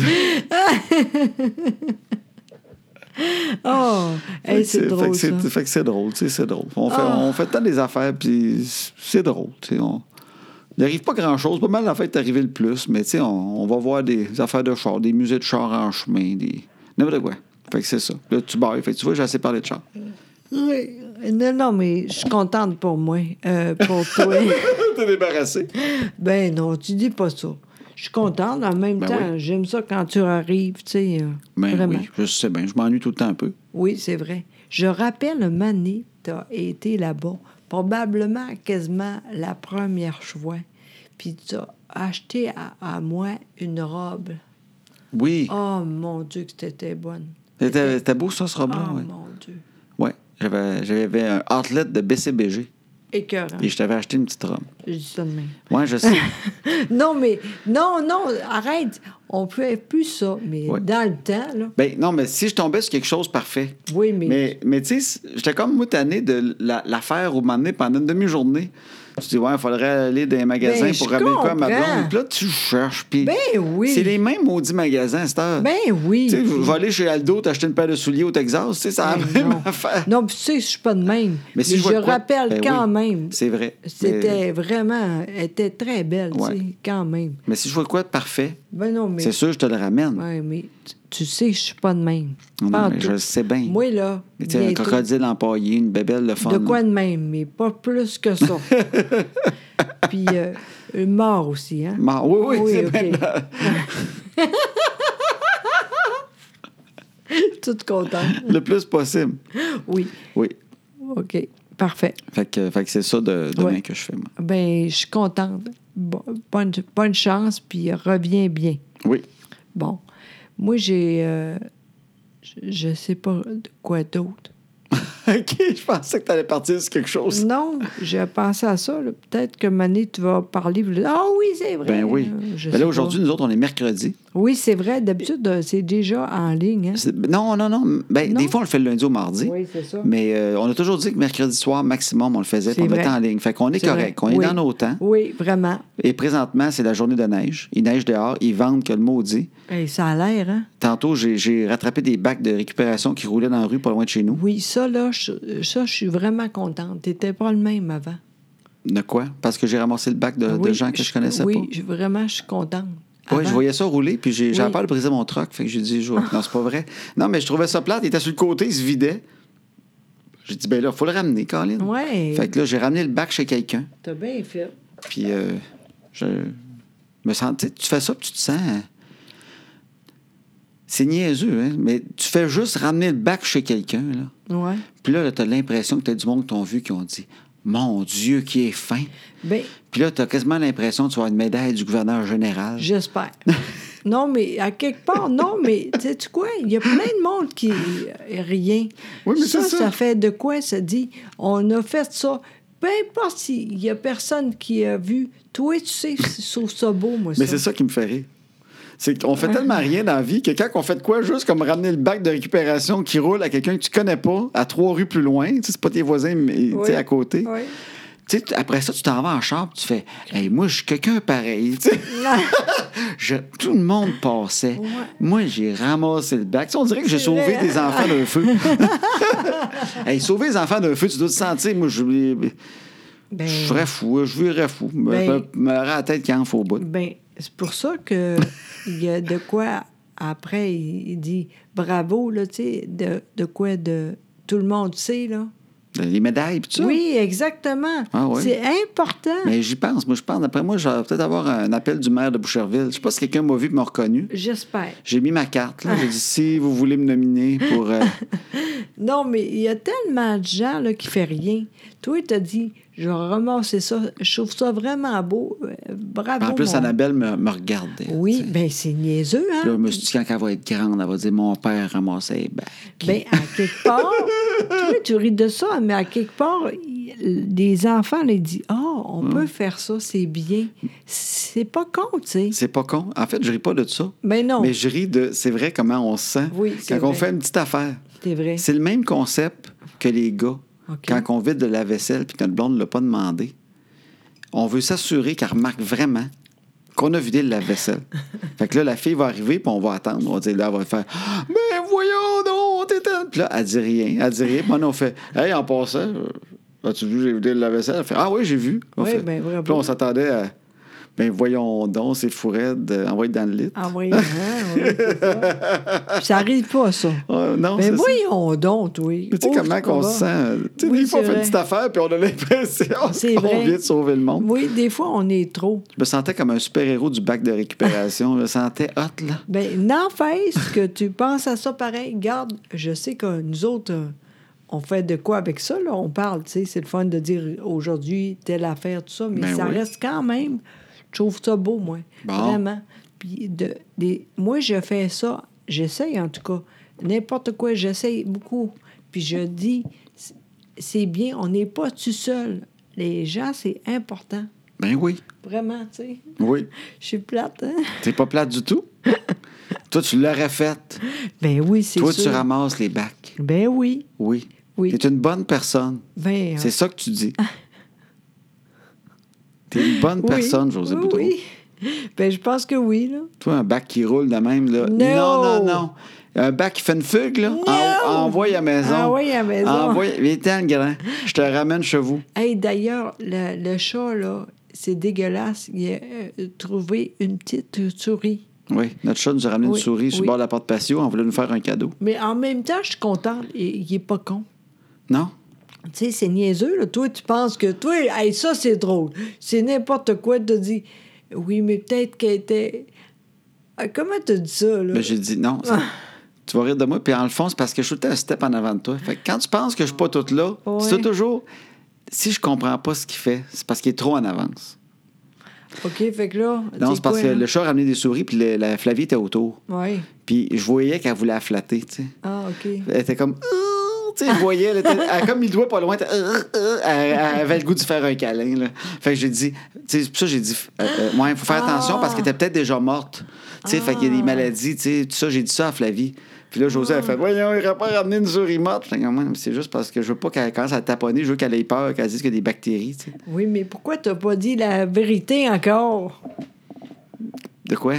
Speaker 2: Oh,
Speaker 1: Fait que
Speaker 2: hey, c'est
Speaker 1: fait
Speaker 2: drôle,
Speaker 1: que
Speaker 2: ça.
Speaker 1: c'est- Fait que c'est drôle, tu sais, c'est drôle. On fait,
Speaker 2: Ah.
Speaker 1: on fait tant des affaires, puis c'est drôle, tu sais. on- Il n'arrive pas grand-chose. Pas mal d'affaires est arrivé le plus, mais tu sais, on, on va voir des affaires de chars, des musées de chars en chemin, des... N'importe quoi. Fait que c'est ça. Là, tu bailles. Fait que tu vois, j'ai assez parlé de chars.
Speaker 2: Oui. Non, non, mais je suis contente pour moi, euh, pour toi.
Speaker 1: T'es débarrassé.
Speaker 2: ben non, tu dis pas ça. Je suis contente. En même
Speaker 1: Ben
Speaker 2: temps, j'aime ça quand tu arrives, tu sais. euh,
Speaker 1: Ben
Speaker 2: vraiment.
Speaker 1: oui, je sais bien. Je m'ennuie tout le temps un peu.
Speaker 2: Oui, c'est vrai. Je rappelle, Mané, tu as été là-bas, probablement quasiment la première fois. Puis tu as acheté à, à moi une robe.
Speaker 1: Oui.
Speaker 2: Oh mon Dieu, que t'étais bonne.
Speaker 1: C'était c'était beau, ça, ce
Speaker 2: Oh
Speaker 1: robe-là, Ah ouais.
Speaker 2: mon Dieu.
Speaker 1: Ouais. J'avais j'avais un outlet de BCBG,
Speaker 2: Écœurant.
Speaker 1: et je t'avais acheté une petite robe.
Speaker 2: Je dis ça de même.
Speaker 1: Ouais, je sais.
Speaker 2: Non, mais non, non, arrête. On peut plus ça, mais
Speaker 1: Ouais.
Speaker 2: dans le temps, là.
Speaker 1: Ben non, mais si je tombais sur quelque chose de parfait.
Speaker 2: Oui, mais,
Speaker 1: Mais, mais tu sais, j'étais comme moi tanné de la, la faire au moment donné pendant une demi-journée. Tu dis, ouais, il faudrait aller dans les magasins
Speaker 2: Ben,
Speaker 1: pour
Speaker 2: je
Speaker 1: ramener quoi à ma
Speaker 2: comprends.
Speaker 1: blonde. Puis là, tu cherches. Puis
Speaker 2: Ben oui.
Speaker 1: C'est les mêmes maudits magasins à cette heure.
Speaker 2: ben oui.
Speaker 1: tu sais, je vais aller chez Aldo, t'acheter une paire de souliers au Texas. Tu sais, c'est la
Speaker 2: Ben
Speaker 1: même
Speaker 2: non.
Speaker 1: affaire.
Speaker 2: Non, puis tu sais, je suis pas de même. Mais,
Speaker 1: si
Speaker 2: je,
Speaker 1: vois de quoi-
Speaker 2: rappelle
Speaker 1: ben
Speaker 2: quand
Speaker 1: oui,
Speaker 2: même.
Speaker 1: C'est vrai. Mais-
Speaker 2: C'était vraiment, elle était très belle,
Speaker 1: Ouais.
Speaker 2: tu sais, quand même.
Speaker 1: Mais, si je vois de quoi de parfait,
Speaker 2: Ben non, mais.
Speaker 1: c'est sûr, je te le ramène.
Speaker 2: Ouais, mais tu- tu sais, je suis pas de même.
Speaker 1: Non,
Speaker 2: Pas en
Speaker 1: mais je
Speaker 2: tout.
Speaker 1: le sais bien.
Speaker 2: Moi, là.
Speaker 1: Mais tu sais, un
Speaker 2: bientôt,
Speaker 1: crocodile empaillé, une bébelle de fond.
Speaker 2: De quoi de même, mais pas plus que ça. Puis, euh, euh, mort aussi, hein?
Speaker 1: Mort. Oui, oui, c'est
Speaker 2: ok.
Speaker 1: maintenant.
Speaker 2: Toute contente.
Speaker 1: Le plus possible.
Speaker 2: Oui.
Speaker 1: Oui.
Speaker 2: OK. Parfait.
Speaker 1: Fait que, fait que c'est ça de, demain
Speaker 2: Ouais.
Speaker 1: que je fais, moi.
Speaker 2: Ben, je suis contente. Bo- Bonne, bonne chance, puis euh, reviens bien.
Speaker 1: Oui.
Speaker 2: Bon. Moi, j'ai. euh, je- je sais pas de quoi d'autre.
Speaker 1: OK, je pensais que t'allais partir sur quelque chose.
Speaker 2: Non, j'ai pensé à ça. là. Peut-être que Mané, tu vas parler. puis là, Ah oui, c'est vrai.
Speaker 1: Ben oui.
Speaker 2: Euh, je
Speaker 1: Ben
Speaker 2: sais
Speaker 1: là,
Speaker 2: pas.
Speaker 1: aujourd'hui, nous autres, on est mercredi.
Speaker 2: Oui, c'est vrai. D'habitude, euh, c'est déjà en ligne. hein.
Speaker 1: C'est- Non, non, non. Ben,
Speaker 2: Non.
Speaker 1: des fois, on le fait le lundi au mardi.
Speaker 2: Oui, c'est ça.
Speaker 1: Mais euh, on a toujours dit que mercredi soir, maximum, on le faisait, puis
Speaker 2: C'est
Speaker 1: on le mettait
Speaker 2: vrai.
Speaker 1: en ligne. Fait qu'on est,
Speaker 2: C'est
Speaker 1: correct.
Speaker 2: vrai.
Speaker 1: On
Speaker 2: Oui.
Speaker 1: est dans nos temps.
Speaker 2: Oui, vraiment.
Speaker 1: Et présentement, c'est la journée de neige. Il neige dehors, il vente que le maudit.
Speaker 2: Hey, ça a l'air, hein?
Speaker 1: Tantôt, j'ai- j'ai rattrapé des bacs de récupération qui roulaient dans la rue pas loin de chez nous.
Speaker 2: Oui, ça, là, je, ça, je suis vraiment contente. T'étais pas le même avant.
Speaker 1: De quoi? Parce que j'ai ramassé le bac Euh, de, de
Speaker 2: Oui,
Speaker 1: gens que je connaissais
Speaker 2: oui,
Speaker 1: pas.
Speaker 2: je- vraiment, je suis contente.
Speaker 1: Oui,
Speaker 2: Avant-
Speaker 1: je voyais ça rouler, puis j'ai- j'avais
Speaker 2: Ah Oui.
Speaker 1: peur de briser mon truck. Fait que j'ai dit, je vais- non, c'est pas vrai. Non, mais je trouvais ça plate. Il était sur le côté, il se vidait. J'ai dit, ben là, faut le ramener, Colin.
Speaker 2: Ouais.
Speaker 1: Fait que là, j'ai ramené le bac chez quelqu'un.
Speaker 2: T'as bien fait.
Speaker 1: Puis euh, je me sens, tu sais, tu fais ça, puis tu te sens. hein. C'est niaiseux, hein, mais tu fais juste ramener le bac chez quelqu'un, là.
Speaker 2: Ouais.
Speaker 1: Puis là, là t'as l'impression que t'as du monde qui t'ont vu, qui ont dit, mon Dieu, qui est fin.
Speaker 2: Ben,
Speaker 1: Puis là, t'as quasiment l'impression de tu vas avoir une médaille du gouverneur général.
Speaker 2: J'espère. non, mais à quelque part, non, mais sais-tu quoi? Il y a plein de monde qui. Rien.
Speaker 1: Oui, mais
Speaker 2: ça,
Speaker 1: c'est
Speaker 2: ça.
Speaker 1: ça.
Speaker 2: fait de quoi? Ça dit, on a fait ça. Peu importe s'il y a personne qui a vu. Toi, tu sais, je trouve ça beau, moi,
Speaker 1: Mais
Speaker 2: ça.
Speaker 1: c'est ça qui me fait rire. C'est qu'on fait tellement rien dans la vie que quand on fait de quoi, juste comme ramener le bac de récupération qui roule à quelqu'un que tu connais pas, à trois rues plus loin, tu sais, c'est pas tes voisins mais, tu sais,
Speaker 2: Oui.
Speaker 1: à côté.
Speaker 2: Oui.
Speaker 1: Tu sais, tu- après ça, tu t'en vas en chambre, tu fais Hey, moi, je suis quelqu'un pareil. tu sais. Je- tout le monde passait.
Speaker 2: Ouais.
Speaker 1: Moi, j'ai ramassé le bac. Tu sais, on dirait que j'ai
Speaker 2: C'est
Speaker 1: sauvé
Speaker 2: vrai.
Speaker 1: des enfants d'un feu. hey, sauver les enfants d'un feu, tu dois te sentir. Moi, je,
Speaker 2: ben,
Speaker 1: je serais fou, je vivrais fou. Je me
Speaker 2: Ben-
Speaker 1: me rends la tête quand il faut au bout.
Speaker 2: ben, c'est pour ça que il y a de quoi. Après, il il dit bravo, là, tu sais, de, de quoi de. Tout le monde sait, là.
Speaker 1: Les médailles, puis tout ça.
Speaker 2: Oui, exactement.
Speaker 1: Ah oui.
Speaker 2: C'est important.
Speaker 1: Mais j'y pense. Moi, je pense. D'après moi, je vais peut-être avoir un appel du maire de Boucherville. Je sais pas si quelqu'un m'a vu et m'a reconnu.
Speaker 2: J'espère.
Speaker 1: J'ai mis ma carte. là. J'ai dit si vous voulez me nominer pour. euh,
Speaker 2: Non, mais il y a tellement de gens là, qui ne font rien. Toi, tu as dit, je vais ramasser ça. Je trouve ça vraiment beau. Euh, Bravo.
Speaker 1: En plus,
Speaker 2: mon-
Speaker 1: Annabelle me, me regardait.
Speaker 2: Oui,
Speaker 1: tu sais.
Speaker 2: bien, c'est niaiseux,
Speaker 1: Puis Là, je
Speaker 2: hein?
Speaker 1: me suis dit, quand elle va être grande, elle va dire Mon père ramassait les bacs.
Speaker 2: Bien, Ben, à quelque part, toi, tu ris de ça, mais à quelque part, il- les enfants, là, ils disent, oh, on
Speaker 1: Mm.
Speaker 2: peut faire ça, c'est bien. C'est pas con, tu sais.
Speaker 1: C'est pas con. En fait, je ris pas de ça.
Speaker 2: Mais non,
Speaker 1: Mais je ris de. C'est vrai comment on se sent
Speaker 2: Oui,
Speaker 1: quand
Speaker 2: c'est
Speaker 1: on
Speaker 2: vrai.
Speaker 1: fait une petite affaire.
Speaker 2: c'est vrai.
Speaker 1: C'est le même concept que les gars.
Speaker 2: OK.
Speaker 1: Quand on vide de la vaisselle puis que notre blonde ne l'a pas demandé, on veut s'assurer qu'elle remarque vraiment qu'on a vidé le lave-vaisselle. fait que là, la fille va arriver puis on va attendre. On va dire, là, elle va faire Mais voyons donc, t'es tellement. Puis là, elle dit rien. Elle dit rien. Puis là, on fait Hey, en passant, euh, as-tu vu, j'ai vidé le lave-vaisselle Elle fait Ah oui, j'ai vu. On
Speaker 2: Oui,
Speaker 1: fait-
Speaker 2: ben, vraiment.
Speaker 1: Puis là, on s'attendait à Ben voyons donc, c'est fourrette, envoyé dans le lit.
Speaker 2: Envoyez. hein, oui, c'est ça. Puis ça arrive pas, ça.
Speaker 1: Ah, non,
Speaker 2: Mais
Speaker 1: c'est ça.
Speaker 2: Ben, voyons donc, oui.
Speaker 1: Mais tu sais
Speaker 2: Oh,
Speaker 1: comment
Speaker 2: c'est
Speaker 1: qu'on
Speaker 2: pas
Speaker 1: se sent.
Speaker 2: bon.
Speaker 1: euh, Tu sais,
Speaker 2: Oui,
Speaker 1: des fois, on
Speaker 2: c'est
Speaker 1: fait une
Speaker 2: vrai.
Speaker 1: petite affaire, puis on a l'impression
Speaker 2: C'est
Speaker 1: qu'on
Speaker 2: vrai.
Speaker 1: vient de sauver le monde.
Speaker 2: Oui, des fois, on est trop.
Speaker 1: Je me sentais comme un super-héros du bac de récupération. Je me sentais hot, là.
Speaker 2: Ben, n'empêche que tu penses à ça pareil. Garde, je sais que nous autres, euh, on fait de quoi avec ça, là? On parle, tu sais, c'est le fun de dire aujourd'hui telle affaire, tout ça, mais
Speaker 1: Ben
Speaker 2: ça
Speaker 1: oui.
Speaker 2: reste quand même. Je trouve ça beau, moi.
Speaker 1: Bon.
Speaker 2: Vraiment. Puis, de, des- moi, je fais ça, j'essaye en tout cas. N'importe quoi, j'essaye beaucoup. Puis, je dis, c'est- c'est bien, on n'est pas tout seul. Les gens, c'est important.
Speaker 1: Ben oui,
Speaker 2: Vraiment, tu sais.
Speaker 1: oui.
Speaker 2: Je suis plate, hein?
Speaker 1: T'es pas plate du tout. Toi, tu l'aurais faite.
Speaker 2: Ben oui, c'est
Speaker 1: Toi,
Speaker 2: sûr.
Speaker 1: tu ramasses les bacs.
Speaker 2: Ben oui.
Speaker 1: Oui.
Speaker 2: Oui.
Speaker 1: T'es une bonne personne.
Speaker 2: Ben,
Speaker 1: C'est ça que tu dis. T'es une bonne
Speaker 2: oui.
Speaker 1: personne, José
Speaker 2: oui,
Speaker 1: Boudreau.
Speaker 2: oui. Ben, je pense que oui, là.
Speaker 1: Toi, un bac qui roule de même, là.
Speaker 2: No!
Speaker 1: Non, non, non. Un bac qui fait une fugue, là.
Speaker 2: No!
Speaker 1: En- envoie à la maison.
Speaker 2: Envoie à la maison.
Speaker 1: Envoie. Viens-t'en, grand. Je te ramène chez vous.
Speaker 2: Hey, d'ailleurs, le, le chat, là, c'est dégueulasse. Il a euh, trouvé une petite souris.
Speaker 1: Oui. Notre chat nous a ramené
Speaker 2: Oui,
Speaker 1: une souris sur le
Speaker 2: oui.
Speaker 1: bord de la porte patio. On voulait nous faire un cadeau.
Speaker 2: Mais en même temps, je suis contente. Il, il est pas con.
Speaker 1: Non?
Speaker 2: Tu sais, c'est niaiseux, là. Toi, tu penses que, toi, hey, ça, c'est drôle. C'est n'importe quoi. Tu dis, oui, mais peut-être qu'elle était. Ah, Comment tu dis ça, là?
Speaker 1: Mais Ben, j'ai dit non. ça- tu vas rire de moi. Puis en le fond, c'est parce que je suis tout le temps un step en avant de toi. Fait que quand tu penses que je suis pas toute là,
Speaker 2: Ouais.
Speaker 1: c'est toujours. Si je comprends pas ce qu'il fait, c'est parce qu'il est trop en avance.
Speaker 2: OK, fait que là.
Speaker 1: Non, c'est parce que le
Speaker 2: là?
Speaker 1: chat a ramené des souris, puis le- la Flavie était autour.
Speaker 2: Oui.
Speaker 1: Puis je voyais qu'elle voulait la flatter, tu sais.
Speaker 2: Ah, OK.
Speaker 1: Elle était comme. Ouh Tu sais, je voyais, elle était- elle, comme il doigt pas loin, elle, était, Euh, euh, elle- elle avait le goût de faire un câlin. Là. Fait que j'ai dit, tu sais, c'est pour ça que j'ai dit, euh, euh, ouais, faut faire
Speaker 2: Ah.
Speaker 1: attention parce qu'elle était peut-être déjà morte. Tu sais, fait qu'il y a des maladies, tu sais, tout ça, j'ai dit ça à Flavie. Puis là,
Speaker 2: Ah.
Speaker 1: José, elle fait, voyons, il aurait pas ramené une souris morte. J'étais comme, Ouais, mais c'est juste parce que je veux pas qu'elle commence à taponner, je veux qu'elle ait peur, qu'elle dise qu'il y a des bactéries, tu sais.
Speaker 2: Oui, mais pourquoi t'as pas dit la vérité encore?
Speaker 1: De quoi?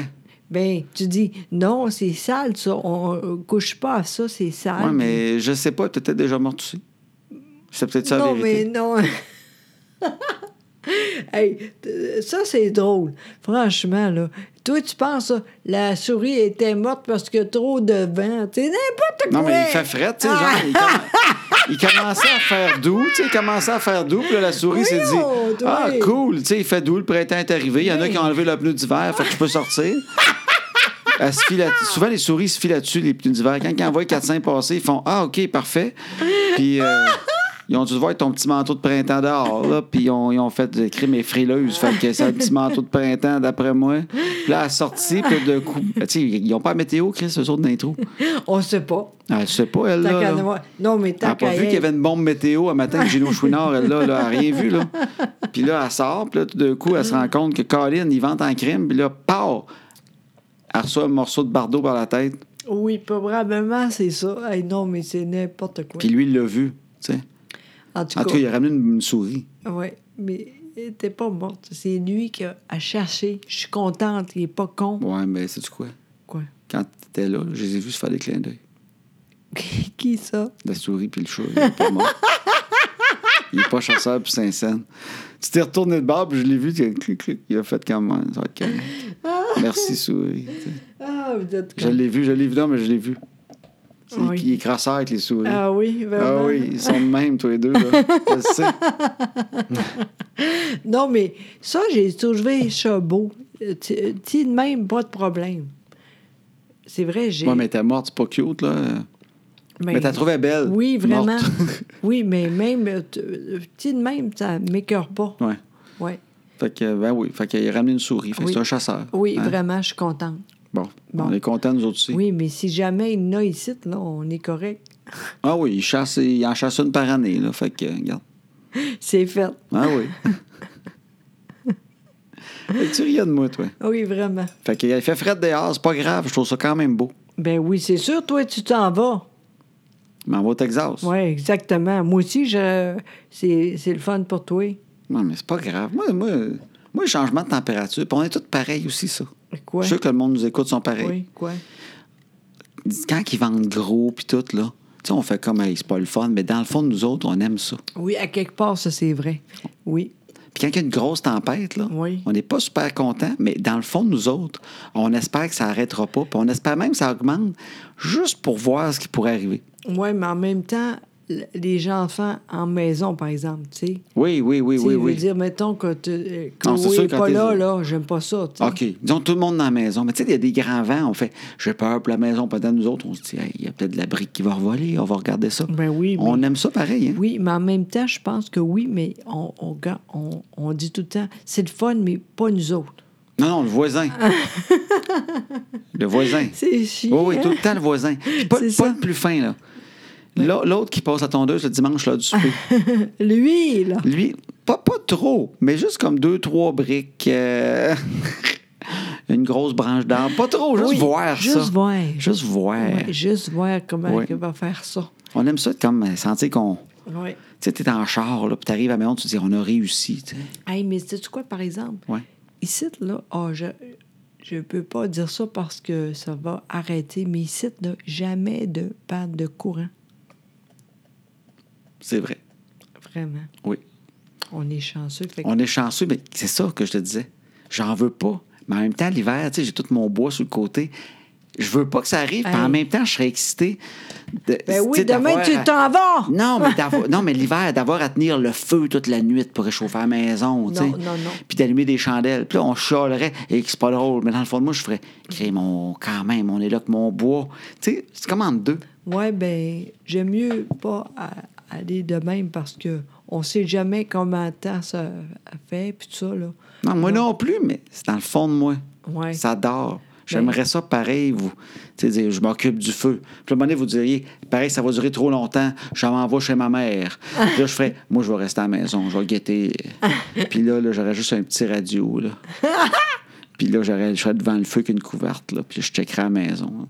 Speaker 2: Ben, tu dis, non, c'est sale, ça. On euh, couche pas à ça, c'est sale.
Speaker 1: Ouais, mais je sais pas, elle était peut-être déjà morte, aussi. C'est peut-être ça la
Speaker 2: Non,
Speaker 1: vérité.
Speaker 2: mais non. hey, t- ça, c'est drôle. Franchement, là. Toi, tu penses, ça, la souris était morte parce que trop de vent. C'est n'importe quoi.
Speaker 1: Non, mais il fait fret, tu sais, genre, il, comm- il commençait à faire doux, tu sais, il commençait à faire doux, puis là, la souris s'est dit,
Speaker 2: Voyons, toi.
Speaker 1: ah, cool, tu sais, il fait doux, le printemps est arrivé, il y en a
Speaker 2: Oui.
Speaker 1: qui ont enlevé le pneu d'hiver, fait que je peux sortir. Elle se fie là- Souvent, les souris se filent là-dessus, les pneus d'hiver. Quand ils envoient 4-5 passer, ils font, ah, OK, parfait. Puis... euh, Ils ont dû voir ton petit manteau de printemps dehors, là, puis ils ont, ils ont fait des crimes et frileuses. Fait que c'est un petit manteau de printemps, d'après moi. Puis là, elle a sorti, puis de coup. Tu sais, ils n'ont pas la météo, Chris, eux autres, d'intro.
Speaker 2: Ah, On sait pas.
Speaker 1: Elle sait Ah, pas, elle.
Speaker 2: Tant
Speaker 1: Là,
Speaker 2: qu'à
Speaker 1: là.
Speaker 2: avoir- Non, mais
Speaker 1: Elle
Speaker 2: tant
Speaker 1: n'a pas
Speaker 2: qu'à
Speaker 1: vu
Speaker 2: y
Speaker 1: qu'il y avait une bombe météo un matin que Gino Chouinard, elle, là, là, elle n'a rien vu, là. Puis là, elle sort, puis là, tout d'un coup, elle se rend compte que Colin, il vente en crime, puis là, paf! Elle reçoit un morceau de bardeau par la tête,
Speaker 2: Oui, probablement, c'est ça. Hey, non, mais c'est n'importe quoi.
Speaker 1: puis lui, il l'a vu, tu sais.
Speaker 2: en tout
Speaker 1: En
Speaker 2: cas,
Speaker 1: tout cas, il a ramené une, une souris.
Speaker 2: Oui, mais elle était pas morte. C'est lui qui a, a cherché. Je suis contente, il est pas con.
Speaker 1: Ouais, mais c'est du quoi?
Speaker 2: Quoi?
Speaker 1: Quand t'étais là, je les ai vus se faire des clins d'œil.
Speaker 2: qui ça?
Speaker 1: La souris puis le chat, il est pas mort. Il est pas chasseur puis Saint-Saëns. Tu t'es retourné de bord, puis je l'ai vu, tu as clic, clic, il a fait comme hein, ça va être correct. Merci, souris. tu sais.
Speaker 2: Ah, vous êtes
Speaker 1: Je
Speaker 2: con.
Speaker 1: l'ai vu, je l'ai vu, non, mais je l'ai vu. C'est-
Speaker 2: Ah Oui.
Speaker 1: Puis il est crasseur avec les souris. Ah,
Speaker 2: Ah oui, vraiment.
Speaker 1: oui, ils sont de même, tous les deux. Là. Je le sais.
Speaker 2: Non, mais ça, j'ai trouvé ça beau. Euh, Tu tu de même, pas de problème. C'est vrai, j'ai.
Speaker 1: Ouais, mais t'es morte, c'est pas cute, là.
Speaker 2: mais-
Speaker 1: Mais, t'as trouvé belle.
Speaker 2: Ben, Oui, vraiment.
Speaker 1: Morte.
Speaker 2: oui, mais même, euh, tu euh, tu de même, ça m'écœure pas.
Speaker 1: ouais.
Speaker 2: Ouais.
Speaker 1: Fait que, ben oui, fait qu'il a ramené une souris. Fait que
Speaker 2: Oui.
Speaker 1: c'est un chasseur.
Speaker 2: Oui,
Speaker 1: Hein?
Speaker 2: vraiment, je suis contente.
Speaker 1: Bon.
Speaker 2: Bon.
Speaker 1: on est contents, nous autres aussi.
Speaker 2: Oui, mais si jamais il y en a ici, là, on est correct.
Speaker 1: Ah oui, il, chasse, il en chasse une par année, là. Fait que, euh, regarde.
Speaker 2: C'est fait.
Speaker 1: Ah oui. Fait que tu riais de moi, toi.
Speaker 2: Oui, vraiment.
Speaker 1: Fait qu'il fait fret dehors, c'est pas grave, je trouve ça quand même beau.
Speaker 2: Ben oui, c'est sûr, toi, tu t'en vas.
Speaker 1: Je m'en vais au Texas.
Speaker 2: Oui, exactement. Moi aussi, je... c'est c'est le fun pour toi.
Speaker 1: Non, mais c'est pas grave. Moi, moi, moi, le changement de température, puis on est tous pareils aussi, ça.
Speaker 2: Quoi?
Speaker 1: Je suis sûr que le monde nous écoute sont pareils.
Speaker 2: Oui, quoi?
Speaker 1: Quand ils vendent gros, puis tout, là, tu sais, on fait comme, Hey, c'est pas le fun, mais dans le fond, nous autres, on aime ça.
Speaker 2: Oui, à quelque part, ça, c'est vrai. Oui.
Speaker 1: Puis quand il y a une grosse tempête, là,
Speaker 2: Oui.
Speaker 1: on n'est pas super content, mais dans le fond, nous autres, on espère que ça n'arrêtera pas, puis on espère même que ça augmente, juste pour voir ce qui pourrait arriver.
Speaker 2: Oui, mais en même temps, l- les enfants en maison, par exemple, tu sais.
Speaker 1: Oui, oui, oui,
Speaker 2: Tu sais,
Speaker 1: oui,
Speaker 2: je veux
Speaker 1: oui.
Speaker 2: dire, mettons que tu- euh,
Speaker 1: Non, c'est
Speaker 2: Chloé
Speaker 1: sûr,
Speaker 2: est
Speaker 1: quand
Speaker 2: pas
Speaker 1: t'es- Ah,
Speaker 2: là, là, j'aime pas ça. tu sais.
Speaker 1: OK. Disons tout le monde dans la maison. Mais tu sais, il y a des grands vents, on fait j'ai peur pour la maison, peut-être nous autres, on se dit Hey, il y a peut-être de la brique qui va revoler, on va regarder ça.
Speaker 2: Ben oui, mais-
Speaker 1: On aime ça pareil, hein?
Speaker 2: Oui, mais en même temps, je pense que oui, mais on, on, ga- on- on dit tout le temps, c'est le fun, mais pas nous autres.
Speaker 1: Non, non, le voisin. le voisin.
Speaker 2: C'est chiant.
Speaker 1: Oui, oui, tout le temps le voisin. Puis Pas,
Speaker 2: C'est
Speaker 1: pas
Speaker 2: ça.
Speaker 1: le plus fin, là. L'a- L'autre qui passe la tondeuse le dimanche, là, du souper.
Speaker 2: Lui, là.
Speaker 1: Lui, pas, pas trop, mais juste comme deux, trois briques, euh, une grosse branche d'arbre. Pas trop, juste
Speaker 2: Oui,
Speaker 1: voir ça.
Speaker 2: juste voir.
Speaker 1: Juste voir.
Speaker 2: Ouais, juste voir comment
Speaker 1: Oui.
Speaker 2: il va faire ça.
Speaker 1: On aime ça, comme euh, sentir qu'on.
Speaker 2: Oui.
Speaker 1: Tu sais, t'es en char, là, puis t'arrives à Méon, tu te dis, on a réussi, tu sais.
Speaker 2: Hey, mais sais-tu quoi, par exemple?
Speaker 1: Ouais.
Speaker 2: Ici, là, ah, je je peux pas dire ça parce que ça va arrêter, mais ici, là, jamais de panne de courant.
Speaker 1: C'est vrai.
Speaker 2: Vraiment.
Speaker 1: Oui.
Speaker 2: On est chanceux. fait que-
Speaker 1: On est chanceux, mais c'est ça que je te disais. J'en veux pas. Mais en même temps, l'hiver, tu sais, j'ai tout mon bois sur le côté. Je veux pas que ça arrive, puis en
Speaker 2: Hey.
Speaker 1: même temps, je serais excité. de-
Speaker 2: Ben
Speaker 1: tu sais,
Speaker 2: oui, demain,
Speaker 1: d'avoir
Speaker 2: tu
Speaker 1: à-
Speaker 2: t'en vas!
Speaker 1: Non, mais d'avoir- non, mais l'hiver, d'avoir à tenir le feu toute la nuit pour réchauffer la maison, tu sais.
Speaker 2: non, non.
Speaker 1: Puis d'allumer des chandelles. Puis là, on chialerait et que c'est pas drôle. Mais dans le fond de moi, je ferais, créer mon. Quand même, on est là avec mon bois. Tu sais, c'est comme entre deux.
Speaker 2: Ouais, ben, j'aime mieux pas a- aller de même parce que on sait jamais combien de temps ça fait, puis tout ça, là.
Speaker 1: Non, moi non plus, mais c'est dans le fond de moi.
Speaker 2: Ouais.
Speaker 1: Ça dort. J'aimerais ça pareil, vous. Tu sais, dire, je m'occupe du feu. Puis à un moment donné, vous diriez, pareil, ça va durer trop longtemps, je m'en vais chez ma mère. Puis là, je ferais, moi, je vais rester à la maison, je vais guetter. Puis là, là j'aurais juste un petit radio, là. Puis là, j'aurais- je serais devant le feu qu'une couverte, là. Puis je checkerais à la maison.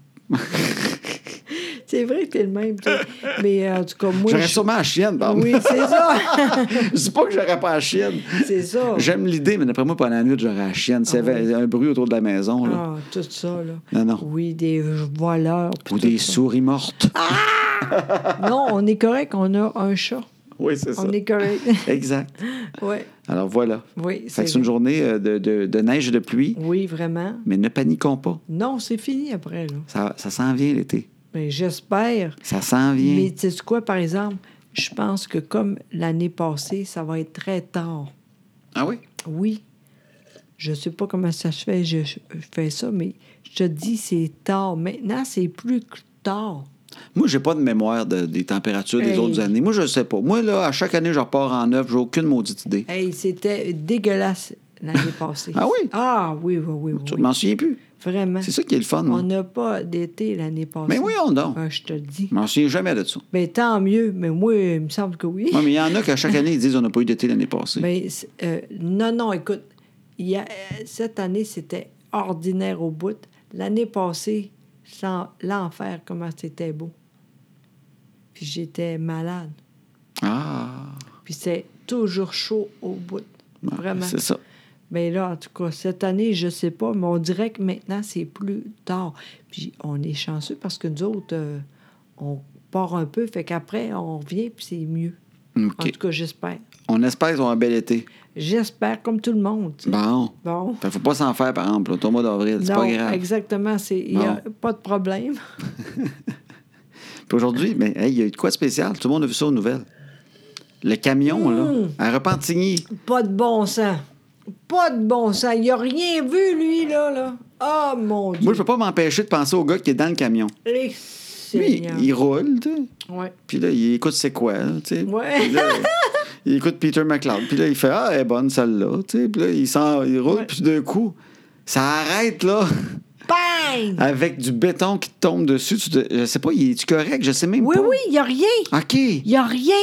Speaker 2: C'est vrai que t'es le même, tu sais. Mais euh, en tout cas, moi,
Speaker 1: J'aurais
Speaker 2: je...
Speaker 1: sûrement la chienne, pardon.
Speaker 2: Oui, c'est ça.
Speaker 1: je dis pas que j'aurais pas la chienne.
Speaker 2: C'est ça.
Speaker 1: J'aime l'idée, mais d'après moi, pendant la nuit, j'aurais la chienne. C'est un bruit autour de la maison, là.
Speaker 2: Ah, tout ça, là.
Speaker 1: Non, non.
Speaker 2: Oui, des euh, voleurs. puis
Speaker 1: Ou
Speaker 2: tout
Speaker 1: des
Speaker 2: Ah, ça. Ah!
Speaker 1: souris mortes.
Speaker 2: Non, on est correct, on a un chat.
Speaker 1: Oui, c'est ça.
Speaker 2: On est correct.
Speaker 1: Exact.
Speaker 2: ouais.
Speaker 1: Alors voilà.
Speaker 2: Oui,
Speaker 1: Fait
Speaker 2: c'est
Speaker 1: que c'est une journée euh, de, de- de neige et de pluie,
Speaker 2: Oui, vraiment.
Speaker 1: mais ne paniquons pas.
Speaker 2: Non, c'est fini après, là.
Speaker 1: Ça, ça s'en vient l'été.
Speaker 2: Mais j'espère
Speaker 1: Ça s'en vient.
Speaker 2: Mais tu sais quoi, par exemple, je pense que comme l'année passée, ça va être très tard.
Speaker 1: Ah oui?
Speaker 2: Oui. Je sais pas comment ça se fait, je, je fais ça, mais je te dis, c'est tard. Maintenant, c'est plus que tard.
Speaker 1: Moi, j'ai pas de mémoire de- des températures des
Speaker 2: Hey.
Speaker 1: autres années. Moi, je sais pas. Moi, là, à chaque année, je repars en neuf. J'ai aucune maudite idée.
Speaker 2: Hey, c'était dégueulasse l'année passée.
Speaker 1: Ah oui?
Speaker 2: Ah oui, oui, oui, oui.
Speaker 1: Je m'en souviens plus.
Speaker 2: Vraiment.
Speaker 1: C'est ça qui est le fun, moi.
Speaker 2: On n'a pas d'été l'année passée.
Speaker 1: Mais oui, on donne.
Speaker 2: Ah, je te le dis.
Speaker 1: Je m'en souviens jamais de ça.
Speaker 2: Mais tant mieux. Mais moi, il me semble que oui.
Speaker 1: Moi, mais il y en a qu'à chaque année, ils disent on n'a pas eu d'été l'année passée.
Speaker 2: Mais c'est- euh, non, non, écoute, il y a- euh, cette année, c'était ordinaire au bout. L'année passée, sans l'enfer, comment c'était beau. Puis j'étais malade.
Speaker 1: Ah,
Speaker 2: Puis c'est toujours chaud au bout.
Speaker 1: Ah,
Speaker 2: Vraiment.
Speaker 1: c'est ça.
Speaker 2: Mais là, en tout cas, cette année, je sais pas, mais on dirait que maintenant, c'est plus tard. Puis on est chanceux parce que nous autres, euh, on part un peu, fait qu'après, on revient, puis c'est mieux. En
Speaker 1: OK.
Speaker 2: tout cas, j'espère.
Speaker 1: On espère qu'ils ont un bel été.
Speaker 2: J'espère, comme tout le monde. tu sais.
Speaker 1: Bon.
Speaker 2: Bon.
Speaker 1: Fait, faut pas s'en faire, par exemple, là, au mois d'avril. C'est
Speaker 2: Non,
Speaker 1: pas grave.
Speaker 2: exactement. c'est- Il n'y a pas de problème.
Speaker 1: Puis aujourd'hui, ben, hey, il y a eu de quoi de spécial? Tout le monde a vu ça aux nouvelles. Le camion,
Speaker 2: Hmm.
Speaker 1: là, à Repentigny.
Speaker 2: Pas de bon sens. Pas de bon sens. Il n'a rien vu, lui, là. là. Oh, mon Dieu.
Speaker 1: Moi, je peux pas m'empêcher de penser au gars qui est dans le camion.
Speaker 2: Les
Speaker 1: Lui,
Speaker 2: Seigneurs.
Speaker 1: il, il roule, tu sais.
Speaker 2: Ouais.
Speaker 1: Puis là, il écoute c'est quoi, là, tu sais.
Speaker 2: Ouais.
Speaker 1: Puis là, il écoute Peter McLeod. Puis là, il fait Ah, elle est bonne celle-là, tu sais. Puis là, il, s'en- il roule,
Speaker 2: Ouais.
Speaker 1: puis d'un coup, ça arrête, là,
Speaker 2: Bang!
Speaker 1: avec du béton qui te tombe dessus. Tu te- Je sais pas, il est-tu correct? Je sais même
Speaker 2: Oui,
Speaker 1: pas.
Speaker 2: oui, il n'y a rien.
Speaker 1: OK, il
Speaker 2: Il n'y a rien.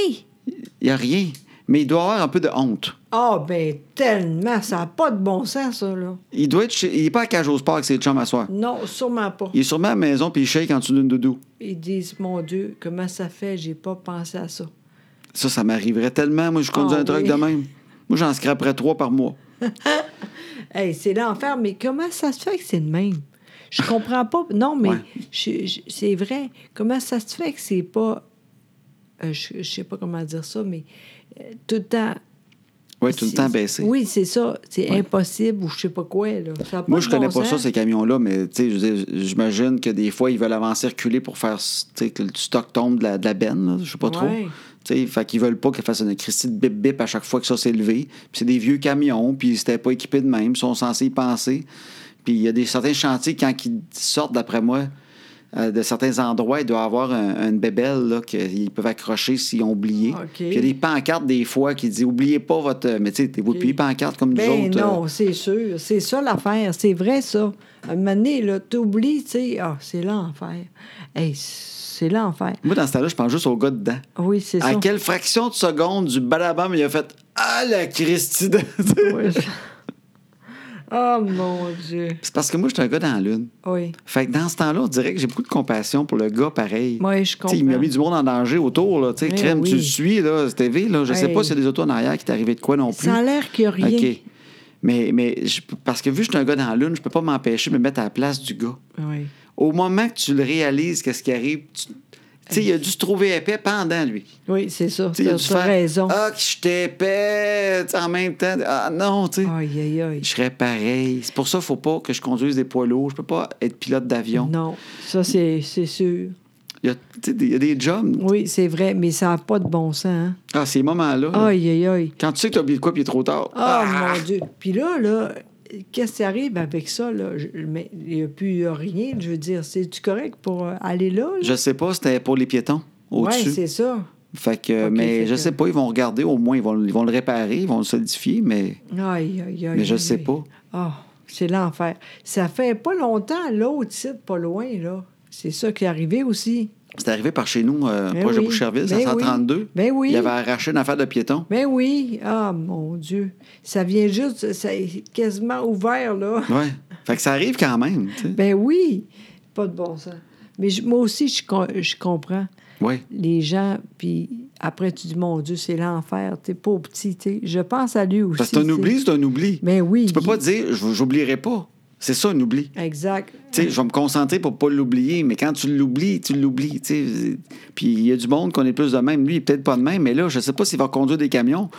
Speaker 1: y a rien. mais il doit avoir un peu de honte.
Speaker 2: Ah, ben tellement, ça n'a pas de bon sens, ça, là.
Speaker 1: Il doit être chez- Il n'est pas à cage au sport avec ses chums à soir.
Speaker 2: Non, sûrement pas.
Speaker 1: Il est sûrement à la maison puis il shake en dessous d'une doudou.
Speaker 2: Ils disent, mon Dieu, comment ça fait, j'ai pas pensé à ça.
Speaker 1: Ça, ça m'arriverait tellement. Moi, je conduis
Speaker 2: Ah
Speaker 1: un truc
Speaker 2: oui.
Speaker 1: de même. Moi, j'en scraperais trois par mois.
Speaker 2: Hey, c'est l'enfer, mais comment ça se fait que c'est le même? Je comprends pas. Non, mais
Speaker 1: Ouais.
Speaker 2: je- je- c'est vrai. Comment ça se fait que c'est pas. euh, je, je sais pas comment dire ça, mais euh, tout le temps.
Speaker 1: Oui, tout le
Speaker 2: c'est-
Speaker 1: temps baissé.
Speaker 2: Oui, c'est ça. C'est
Speaker 1: Ouais.
Speaker 2: impossible ou je sais pas quoi. Là. Ça a pas
Speaker 1: Moi,
Speaker 2: de
Speaker 1: je connais
Speaker 2: bon
Speaker 1: pas ça,
Speaker 2: sens.
Speaker 1: ces camions-là, mais tu sais, je veux dire, j'imagine que des fois, ils veulent avancer, reculer pour faire tu sais, que le stock tombe de la, de la benne, là, je sais pas trop.
Speaker 2: Ouais.
Speaker 1: Tu sais, fait qu'ils veulent pas qu'elle fasse une cristie de bip-bip à chaque fois que ça s'est levé. Puis c'est des vieux camions, puis ils n'étaient pas équipés de même, ils sont censés y penser. Puis il y a des, certains chantiers, quand ils sortent, d'après moi, euh, de certains endroits, ils doivent avoir un- une bébelle là, qu'ils peuvent accrocher s'ils ont oublié.
Speaker 2: Ah, OK.
Speaker 1: Puis il y a des pancartes, des fois, qui disent « Oubliez pas votre... » Mais tu sais, vous
Speaker 2: OK.
Speaker 1: puis pancartes comme nous
Speaker 2: Ben
Speaker 1: autres. euh,
Speaker 2: non, c'est sûr. C'est ça l'affaire. C'est vrai, ça. À un moment donné, là, t'oublies, tu sais, ah, c'est l'enfer. Hey, c'est l'enfer.
Speaker 1: Moi, dans ce temps-là, je pense juste au gars dedans.
Speaker 2: Oui, c'est
Speaker 1: À
Speaker 2: ça.
Speaker 1: quelle fraction de seconde du balabam il a fait Ah la Christie de-
Speaker 2: Oui. oh mon Dieu.
Speaker 1: C'est parce que moi, j'étais un gars dans la lune.
Speaker 2: Oui.
Speaker 1: Fait que dans ce temps-là, on dirait que j'ai beaucoup de compassion pour le gars pareil.
Speaker 2: Oui, je
Speaker 1: Tu sais, il m'a
Speaker 2: comprends.
Speaker 1: mis du monde en danger autour. Là. Tu sais,
Speaker 2: Eh
Speaker 1: Crème,
Speaker 2: oui.
Speaker 1: tu le suis, là, TV. Là. Je sais
Speaker 2: Hey.
Speaker 1: pas s'il y a des autos en arrière qui t'est arrivé de quoi non plus.
Speaker 2: Ça a l'air qu'il n'y a rien.
Speaker 1: OK. Mais, mais je- parce que vu que je suis un gars dans la lune, je peux pas m'empêcher de me mettre à la place du gars.
Speaker 2: Oui.
Speaker 1: Au moment que tu le réalises, qu'est-ce qui arrive, tu tu sais, il a dû se trouver épais pendant lui.
Speaker 2: Oui, c'est ça.
Speaker 1: Tu sais, il a
Speaker 2: T'as
Speaker 1: dû
Speaker 2: t'as
Speaker 1: faire,
Speaker 2: raison.
Speaker 1: Ah, que je t'épais! tu sais, En même temps, ah non, tu sais.
Speaker 2: Aïe, aïe, aïe.
Speaker 1: Je serais pareil. C'est pour ça qu'il faut pas que je conduise des poids lourds. Je peux pas être pilote d'avion.
Speaker 2: Non, ça, c'est c'est sûr.
Speaker 1: Il y a, tu sais, des- il y a des jobs.
Speaker 2: Oui, c'est vrai, mais ça n'a pas de bon sens. hein.
Speaker 1: Ah, ces moments-là. là.
Speaker 2: Aïe, aïe, aïe.
Speaker 1: Quand tu sais que t'as oublié de quoi puis il est trop tard. Ah!
Speaker 2: Oh mon Dieu. Puis là, là, qu'est-ce qui arrive avec ça? Là? Je- mais il n'y a plus rien, je veux dire. C'est-tu correct pour euh, aller là? là?
Speaker 1: Je sais pas, c'était pour les piétons
Speaker 2: Oui,
Speaker 1: au-dessus.
Speaker 2: c'est ça.
Speaker 1: fait que,
Speaker 2: Ok,
Speaker 1: mais
Speaker 2: fait
Speaker 1: je
Speaker 2: que-
Speaker 1: sais pas, ils vont regarder, au moins, ils vont, ils vont le réparer, ils vont le solidifier, mais,
Speaker 2: Aïe, aïe, aïe.
Speaker 1: mais je
Speaker 2: aïe,
Speaker 1: sais
Speaker 2: aïe.
Speaker 1: pas.
Speaker 2: Ah, c'est l'enfer. Ça fait pas longtemps, l'autre site, pas loin, là. C'est ça qui est arrivé aussi.
Speaker 1: C'est arrivé par chez nous, euh,
Speaker 2: Ben
Speaker 1: proche de
Speaker 2: oui.
Speaker 1: Boucherville,
Speaker 2: Ben oui.
Speaker 1: 132.
Speaker 2: Ben oui.
Speaker 1: Il avait arraché une affaire de piéton.
Speaker 2: Ben oui, ah mon Dieu. Ça vient juste, c'est quasiment ouvert, là.
Speaker 1: Ouais. Fait que ça arrive quand même, tu sais.
Speaker 2: Ben oui, pas de bon sens. Mais je- moi aussi, je, com- je comprends
Speaker 1: Ouais.
Speaker 2: les gens, puis après, tu dis, mon Dieu, c'est l'enfer, t'es pauvre petit, t'sais. Je pense à lui aussi.
Speaker 1: Parce que c'est un
Speaker 2: t'sais.
Speaker 1: oubli, c'est un oubli.
Speaker 2: Ben oui.
Speaker 1: Tu peux pas dire, je- j'oublierai pas. C'est ça, un oubli.
Speaker 2: Exact.
Speaker 1: Tu sais, je vais me concentrer pour pas l'oublier, mais quand tu l'oublies, tu l'oublies. tu sais. Puis il y a du monde qu'on est plus de même. Lui, il est peut-être pas de même, mais là, je sais pas s'il va conduire des camions.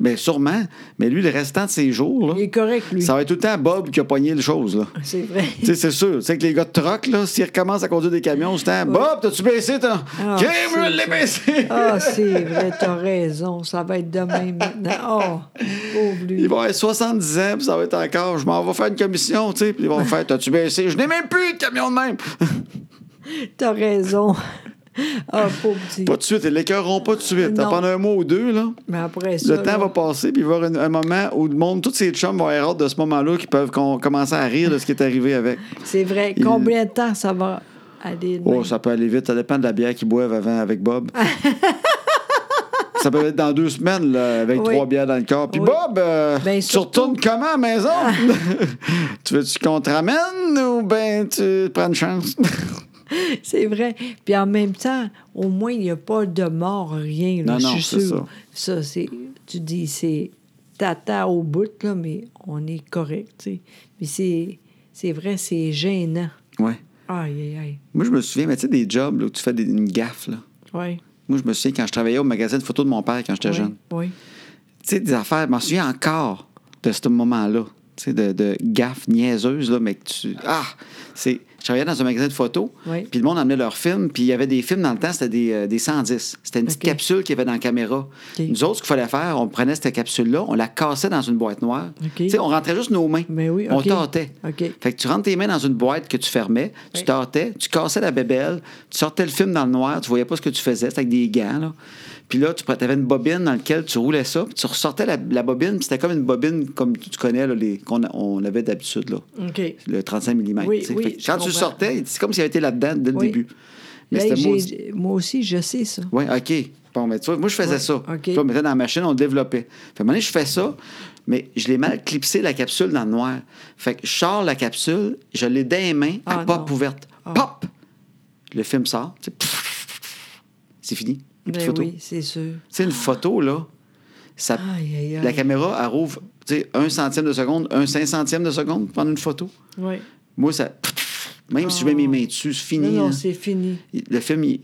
Speaker 1: Mais sûrement. Mais lui, le restant de ses jours,
Speaker 2: Il
Speaker 1: là,
Speaker 2: est correct, lui.
Speaker 1: ça va être tout le temps Bob qui a pogné les choses. là.
Speaker 2: C'est vrai.
Speaker 1: Tu sais, c'est sûr. Tu sais que les gars de troc, là, s'ils recommencent à conduire des camions, c'est un Bob, t'as-tu baissé ton.
Speaker 2: Ah,
Speaker 1: Kim,
Speaker 2: c'est
Speaker 1: je l'ai
Speaker 2: vrai.
Speaker 1: baissé!
Speaker 2: Ah, c'est vrai, t'as raison. Ça va être demain maintenant. Oh, pauvre lui.
Speaker 1: Il va avoir 70 ans, puis ça va être encore, je m'en vais faire une commission, tu sais, puis ils vont faire, t'as-tu baissé? Je n'ai même plus de camion de même!
Speaker 2: T'as raison. Ah, pauvre petit.
Speaker 1: Pas de suite, ils l'écœureront pas de suite. T'as
Speaker 2: Non.
Speaker 1: pendant un mois ou deux, là.
Speaker 2: Mais après ça.
Speaker 1: Le temps
Speaker 2: là,
Speaker 1: va passer, puis il va y avoir un, un moment où le monde, tous ces chums vont avoir hâte de ce moment-là qu'ils peuvent con- commencer à rire de ce qui est arrivé avec.
Speaker 2: C'est vrai.
Speaker 1: Il-
Speaker 2: Combien de temps ça va aller? de
Speaker 1: Oh,
Speaker 2: même?
Speaker 1: ça peut aller vite, ça dépend de la bière qu'ils boivent avant avec Bob. ça peut être dans deux semaines, là, avec
Speaker 2: Oui.
Speaker 1: trois bières dans le corps. Puis
Speaker 2: Oui.
Speaker 1: Bob, euh,
Speaker 2: Ben,
Speaker 1: tu
Speaker 2: surtout-
Speaker 1: retournes comment à la maison? tu veux-tu qu'on te ramène ou ben tu prends une chance?
Speaker 2: C'est vrai. Puis en même temps, au moins, il n'y a pas de mort, rien.
Speaker 1: Non,
Speaker 2: Là,
Speaker 1: non,
Speaker 2: je suis
Speaker 1: c'est
Speaker 2: sûre. Ça, c'est. Tu dis, c'est. T'attends au bout, là, mais on est correct, tu sais. Mais c'est. C'est vrai, c'est gênant.
Speaker 1: ouais.
Speaker 2: Aïe, aïe, aïe.
Speaker 1: Moi, je me souviens, mais tu sais, des jobs là, où tu fais des- une gaffe, là.
Speaker 2: Oui.
Speaker 1: Moi, je me souviens quand je travaillais au magasin de photos de mon père quand j'étais
Speaker 2: oui,
Speaker 1: jeune.
Speaker 2: Oui.
Speaker 1: tu sais, des affaires, je m'en souviens encore de ce moment-là, tu sais, de, de gaffes niaiseuses, là, mais que tu... Ah! C'est... Je travaillais dans un magasin de photos,
Speaker 2: Oui.
Speaker 1: puis le monde emmenait leurs films, puis il y avait des films dans le temps, c'était des, euh, des 110. C'était une petite
Speaker 2: OK.
Speaker 1: capsule qu'il y avait dans la caméra.
Speaker 2: OK.
Speaker 1: Nous autres, ce qu'il fallait faire, on prenait cette capsule-là, on la cassait dans une boîte noire.
Speaker 2: OK.
Speaker 1: Tu sais, on rentrait juste nos mains.
Speaker 2: Mais Ben oui,
Speaker 1: On
Speaker 2: OK.
Speaker 1: tâtait.
Speaker 2: OK.
Speaker 1: Fait que tu rentres tes mains dans une boîte que tu fermais, tu
Speaker 2: Oui.
Speaker 1: tâtais, tu cassais la bébelle, tu sortais le film dans le noir, tu voyais pas ce que tu faisais, c'était avec des gants, là. Puis là, tu avais une bobine dans laquelle tu roulais ça, puis tu ressortais la, la bobine, puis c'était comme une bobine comme tu connais, là, les- qu'on a- on avait d'habitude, là,
Speaker 2: OK.
Speaker 1: le 35 mm.
Speaker 2: Oui,
Speaker 1: tu sais.
Speaker 2: oui,
Speaker 1: Fait que
Speaker 2: je
Speaker 1: quand tu
Speaker 2: comprends.
Speaker 1: sortais, c'est comme s'il avait été là-dedans dès le
Speaker 2: Oui.
Speaker 1: début. Mais
Speaker 2: Hey,
Speaker 1: c'était
Speaker 2: j'ai-
Speaker 1: maudit.
Speaker 2: j'ai- moi aussi, je sais ça.
Speaker 1: Oui, OK. Bon, mais tu vois, moi, je faisais
Speaker 2: Ouais,
Speaker 1: ça.
Speaker 2: OK.
Speaker 1: Puis on mettait dans la machine, on développait. Fait à un moment donné, je fais ça, mais je l'ai mal clipsé, la capsule, dans le noir. Fait que je sors la capsule, je l'ai dans les mains, à
Speaker 2: Ah,
Speaker 1: pop
Speaker 2: non.
Speaker 1: ouverte.
Speaker 2: Ah.
Speaker 1: Pop! Le film sort. tu sais, pff, C'est fini. Une petite
Speaker 2: Ben
Speaker 1: photo.
Speaker 2: oui, c'est sûr.
Speaker 1: Tu sais, une photo, là, ça,
Speaker 2: Aïe, aïe, aïe.
Speaker 1: la caméra, elle rouvre, tu sais, un centième de seconde, un cinq centième de seconde pour prendre une photo.
Speaker 2: Oui.
Speaker 1: Moi, ça. Même si je mets mes mains dessus, c'est fini.
Speaker 2: Ah.
Speaker 1: hein.
Speaker 2: Non, non,
Speaker 1: là.
Speaker 2: c'est fini.
Speaker 1: Le film, il-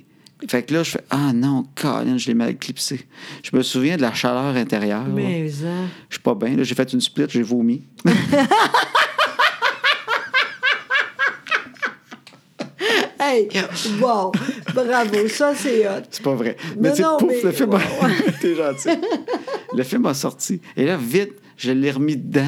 Speaker 1: Fait que là, je fais Ah non, Colin, je l'ai mal clipsé. Je me souviens de la chaleur intérieure. là.
Speaker 2: Mais, hein.
Speaker 1: Je suis pas bien. Là, j'ai fait une split, j'ai vomi.
Speaker 2: Hey, wow, bravo, ça c'est hot.
Speaker 1: C'est pas vrai. Mais
Speaker 2: Non,
Speaker 1: tu sais,
Speaker 2: non,
Speaker 1: pouf,
Speaker 2: mais-
Speaker 1: le film a...
Speaker 2: Ouais,
Speaker 1: T'es gentil. le film a sorti. Et là, vite, je l'ai remis dedans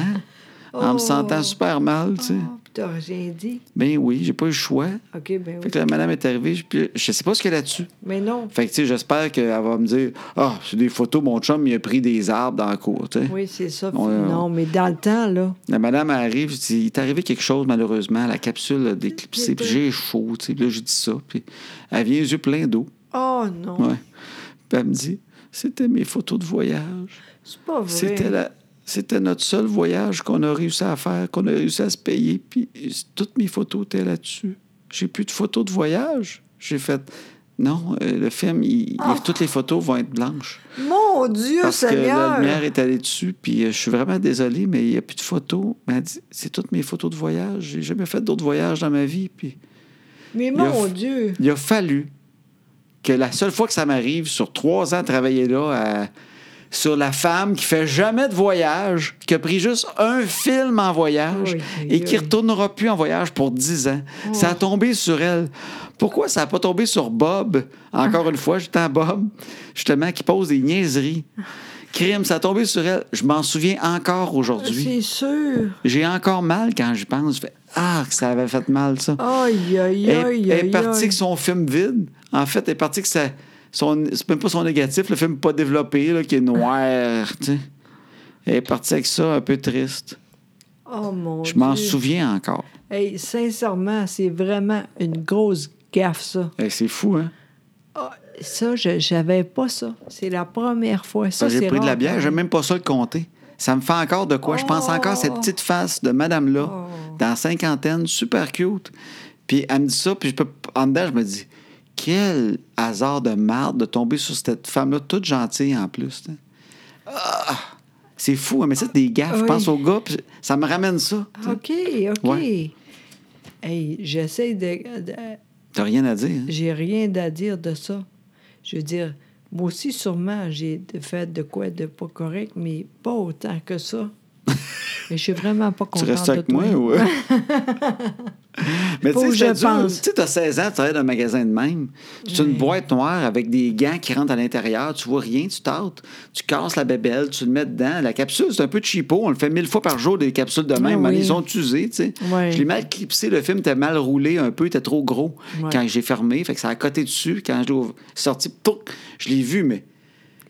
Speaker 1: en me
Speaker 2: Oh.
Speaker 1: sentant super mal, tu sais.
Speaker 2: Oh, puis t'as rien dit.
Speaker 1: Ben oui, j'ai pas eu le choix.
Speaker 2: OK, ben
Speaker 1: Fait
Speaker 2: oui.
Speaker 1: que la madame est arrivée, je- puis je sais pas ce qu'elle a dessus.
Speaker 2: Mais non.
Speaker 1: Fait que, tu sais, j'espère qu'elle va me dire Ah, c'est des photos, mon chum, il a pris des arbres dans la cour, tu sais.
Speaker 2: Oui, c'est ça.
Speaker 1: Ouais,
Speaker 2: non, mais dans le temps, là.
Speaker 1: La madame elle arrive, je dis, il est arrivé quelque chose malheureusement, la capsule a déclipsé, puis j'ai chaud, tu sais, puis là j'ai dit ça, puis elle vient les yeux pleins d'eau,
Speaker 2: Oh non,
Speaker 1: ouais. Puis elle me dit, c'était mes photos de voyage,
Speaker 2: c'est pas vrai.
Speaker 1: c'était la- c'était notre seul voyage qu'on a réussi à faire, qu'on a réussi à se payer, puis toutes mes photos étaient là-dessus. J'ai plus de photos de voyage. J'ai fait, non, euh, le film, il- il- toutes les photos vont être blanches.
Speaker 2: Mon Dieu,
Speaker 1: Parce que la
Speaker 2: Seigneur!
Speaker 1: lumière est allée dessus, puis euh, je suis vraiment désolé, mais il n'y a plus de photos. Mais elle dit, c'est toutes mes photos de voyage. J'ai jamais fait d'autres voyages dans ma vie. Puis
Speaker 2: mais
Speaker 1: a
Speaker 2: mon
Speaker 1: f-
Speaker 2: Dieu!
Speaker 1: il a fallu que la seule fois que ça m'arrive, sur trois ans de travailler là, à- sur la femme qui fait jamais de voyage, qui a pris juste un film en voyage
Speaker 2: Oui,
Speaker 1: et qui
Speaker 2: oui.
Speaker 1: retournera plus en voyage pour dix ans. Ça a tombé sur elle. Pourquoi ça n'a pas tombé sur Bob? Encore une fois, j'étais à Bob, justement, qui pose des niaiseries. Crime, ça a tombé sur elle. Je m'en souviens encore aujourd'hui.
Speaker 2: C'est sûr!
Speaker 1: J'ai encore mal quand je pense. Je fais, ah, que ça avait fait mal, ça.
Speaker 2: Aïe, aïe,
Speaker 1: Elle,
Speaker 2: aïe, aïe.
Speaker 1: elle est partie
Speaker 2: aïe.
Speaker 1: que son film vide. En fait, elle est partie que ça. Son, c'est même pas son négatif, le film pas développé, là, qui est noir. tu sais. Elle est partie avec ça, un peu triste.
Speaker 2: Oh mon
Speaker 1: Je
Speaker 2: Dieu!
Speaker 1: m'en souviens encore.
Speaker 2: Hey, sincèrement, c'est vraiment une grosse gaffe, ça.
Speaker 1: Hey, c'est fou, hein?
Speaker 2: Ah, ça, je- j'avais pas ça. C'est la première fois. Ça,
Speaker 1: Parce que
Speaker 2: c'est
Speaker 1: Ah, j'ai pris de la
Speaker 2: rare. hein. Oh.
Speaker 1: bière, j'ai même pas ça le compter. Ça me fait encore de quoi. Je pense encore à cette petite face de madame-là, dans la cinquantaine, super cute. Puis elle me dit ça, puis je peux, en dedans, je me dis, quel hasard de marde de tomber sur cette femme-là, toute gentille en plus. tu sais. Ah! c'est fou, hein, mais ça, c'est des gaffes. Je
Speaker 2: Oui.
Speaker 1: pense au gars, puis ça me ramène ça. tu sais.
Speaker 2: OK, OK.
Speaker 1: Ouais.
Speaker 2: Hey, j'essaie de- de
Speaker 1: T'as rien à dire. hein?
Speaker 2: J'ai rien à dire de ça. Je veux dire, moi aussi, sûrement, j'ai de- fait de quoi de pas correct, mais pas autant que ça. Mais je suis vraiment pas
Speaker 1: Tu
Speaker 2: contente
Speaker 1: restes
Speaker 2: de
Speaker 1: avec
Speaker 2: toi.
Speaker 1: moi ou. euh? Mais tu
Speaker 2: Faut
Speaker 1: sais,
Speaker 2: que
Speaker 1: c'est
Speaker 2: je
Speaker 1: dur.
Speaker 2: pense.
Speaker 1: Tu sais, t'as 16 ans, tu travailles dans un magasin de même. C'est une boîte noire avec des gants qui rentrent à l'intérieur. Tu vois rien, tu tâtes. Tu casses la bébelle, tu le mets dedans. La capsule, c'est un peu cheapo. On le fait mille fois par jour, des capsules de même.
Speaker 2: Ah oui.
Speaker 1: Ils sont usés, tu sais.
Speaker 2: Ouais.
Speaker 1: Je l'ai mal clipsé. Le film était mal roulé un peu. Il était trop gros
Speaker 2: Ouais.
Speaker 1: quand j'ai fermé. Fait que ça a coté dessus. Quand je l'ai ouvert- sorti, pouc, je l'ai vu, mais.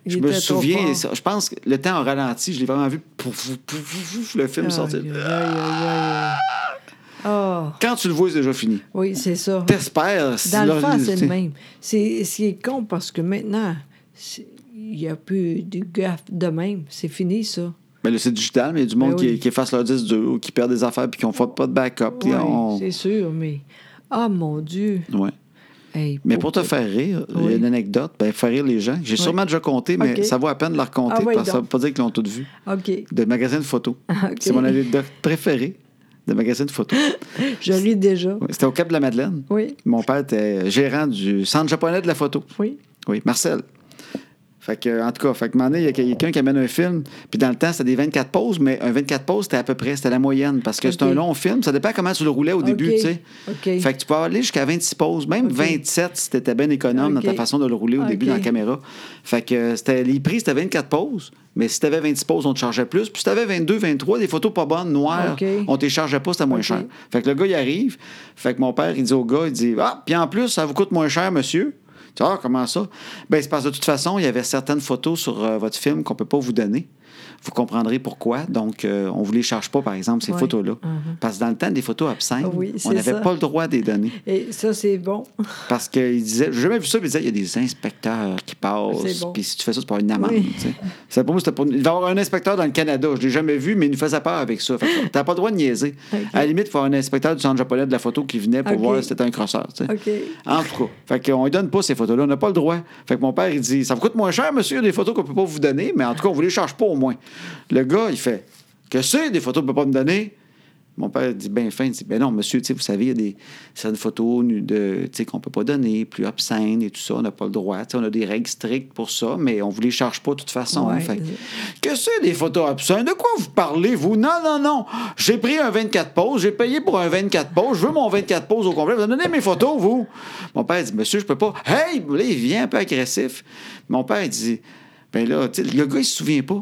Speaker 2: Il
Speaker 1: Je me
Speaker 2: était trop
Speaker 1: souviens,
Speaker 2: fort.
Speaker 1: ça- je pense que le temps a ralenti, je l'ai vraiment vu, pouf, pouf, pouf, pouf, le film
Speaker 2: Aïe,
Speaker 1: sortir.
Speaker 2: aïe, aïe, aïe, aïe. Ah,
Speaker 1: Quand tu le vois, c'est déjà fini.
Speaker 2: oui, c'est ça.
Speaker 1: T'espères. si
Speaker 2: Dans le fond,
Speaker 1: l'ordi-
Speaker 2: c'est
Speaker 1: t'sais.
Speaker 2: le même. C'est ce qui est con parce que maintenant, c'est- il n'y a plus de gaffe de même. C'est fini, ça.
Speaker 1: Mais là, c'est digital, mais il y a du monde
Speaker 2: Ben
Speaker 1: qui-
Speaker 2: oui.
Speaker 1: qui, efface leur disque dur ou qui perd des affaires puis qui ne fait pas de backup. puis
Speaker 2: Oui,
Speaker 1: on-
Speaker 2: c'est sûr, mais. Ah, mon Dieu.
Speaker 1: Ouais.
Speaker 2: Hey,
Speaker 1: Mais pour te faire rire, il y a
Speaker 2: Oui.
Speaker 1: une anecdote, ben, faire rire les gens. J'ai sûrement déjà compté, mais
Speaker 2: Ok.
Speaker 1: ça vaut à peine de la raconter
Speaker 2: Ah oui,
Speaker 1: parce que ça ne
Speaker 2: donc.
Speaker 1: veut pas dire qu'ils l'ont toutes vu.
Speaker 2: OK.
Speaker 1: De magasin de photos.
Speaker 2: Ok.
Speaker 1: C'est mon anecdote préférée de magasin de photos.
Speaker 2: Je ris déjà.
Speaker 1: Ouais, C'était au Cap de la Madeleine.
Speaker 2: Oui,
Speaker 1: Mon père était gérant du Centre japonais de la photo.
Speaker 2: oui.
Speaker 1: Oui, Marcel. Fait que, en tout cas, fait que, un moment donné, il y a quelqu'un qui amène un film, puis dans le temps, c'était des 24 pauses, mais un 24 pauses, c'était à peu près, c'était la moyenne, parce que c'est
Speaker 2: Ok.
Speaker 1: un long film, ça dépend comment tu le roulais au début,
Speaker 2: OK.
Speaker 1: tu sais.
Speaker 2: OK.
Speaker 1: Fait que tu peux aller jusqu'à 26 pauses, même
Speaker 2: Ok.
Speaker 1: 27 si t'étais bien économe
Speaker 2: Ok.
Speaker 1: dans ta façon de le rouler au début
Speaker 2: Ok.
Speaker 1: dans la caméra. Fait que euh, c'était, les prix, c'était 24 pauses, mais si t'avais 26 pauses, on te chargeait plus. Puis si t'avais 22, 23, des photos pas bonnes, noires,
Speaker 2: Ok.
Speaker 1: on te les chargeait pas, c'était moins
Speaker 2: Ok.
Speaker 1: cher. Fait que le gars, il arrive, fait que mon père, il dit au gars, il dit Ah, puis en plus, ça vous coûte moins cher, monsieur. Tu dis, ah, comment ça? Ben, c'est parce que de toute façon, il y avait certaines photos sur euh, votre film qu'on peut pas vous donner. Vous comprendrez pourquoi. Donc, euh, on ne vous les charge pas, par exemple, ces
Speaker 2: Ouais.
Speaker 1: photos-là.
Speaker 2: Mhm.
Speaker 1: Parce que dans le temps des photos absentes,
Speaker 2: Oui,
Speaker 1: Hein? on
Speaker 2: c'est ça.
Speaker 1: n'avait pas le droit de les donner.
Speaker 2: Et ça, c'est bon.
Speaker 1: Parce qu'ils disaient, j'ai jamais vu ça, mais ils disaient, il y a des inspecteurs qui passent.
Speaker 2: C'est bon.
Speaker 1: Puis si tu fais ça, tu peux avoir une amende.
Speaker 2: Oui.
Speaker 1: tu sais. C'est pour moi, c'était pour- Il va y avoir un inspecteur dans le Canada. Je ne l'ai jamais vu, mais il nous faisait peur avec ça. Tu n'as pas le droit de niaiser. À la limite, il faut avoir un inspecteur du centre japonais de la photo qui venait pour
Speaker 2: OK.
Speaker 1: voir si c'était un crosseur. tu sais.
Speaker 2: OK.
Speaker 1: En tout cas, fait qu'on ne donne pas ces photos-là, on n'a pas le droit. Fait que mon père, il dit Ça vous coûte moins cher, monsieur, des photos qu'on ne peut pas vous donner, mais en tout cas, on ne vous les charge pas au moins. Le gars, il fait Que c'est, des photos qu'on ne peut pas me donner Mon père dit Ben fin, il dit Ben non, monsieur, tu sais, vous savez, il y a des certaines photos nu- de, tu sais, qu'on ne peut pas donner, plus obscènes et tout ça, on n'a pas le droit. Tu sais, on a des règles strictes pour ça, mais on ne vous les charge pas de toute façon.
Speaker 2: Ouais.
Speaker 1: Fait que c'est des photos obscènes? De quoi vous parlez, vous? Non, non, non. J'ai pris un 24 pauses, j'ai payé pour un 24 pauses, je veux mon 24 pauses au complet. Vous me donnez mes photos, vous? Mon père dit, monsieur, je peux pas. Hey! Là, il vient un peu agressif. Mon père, il dit, ben là, tu sais, le gars, il se souvient pas.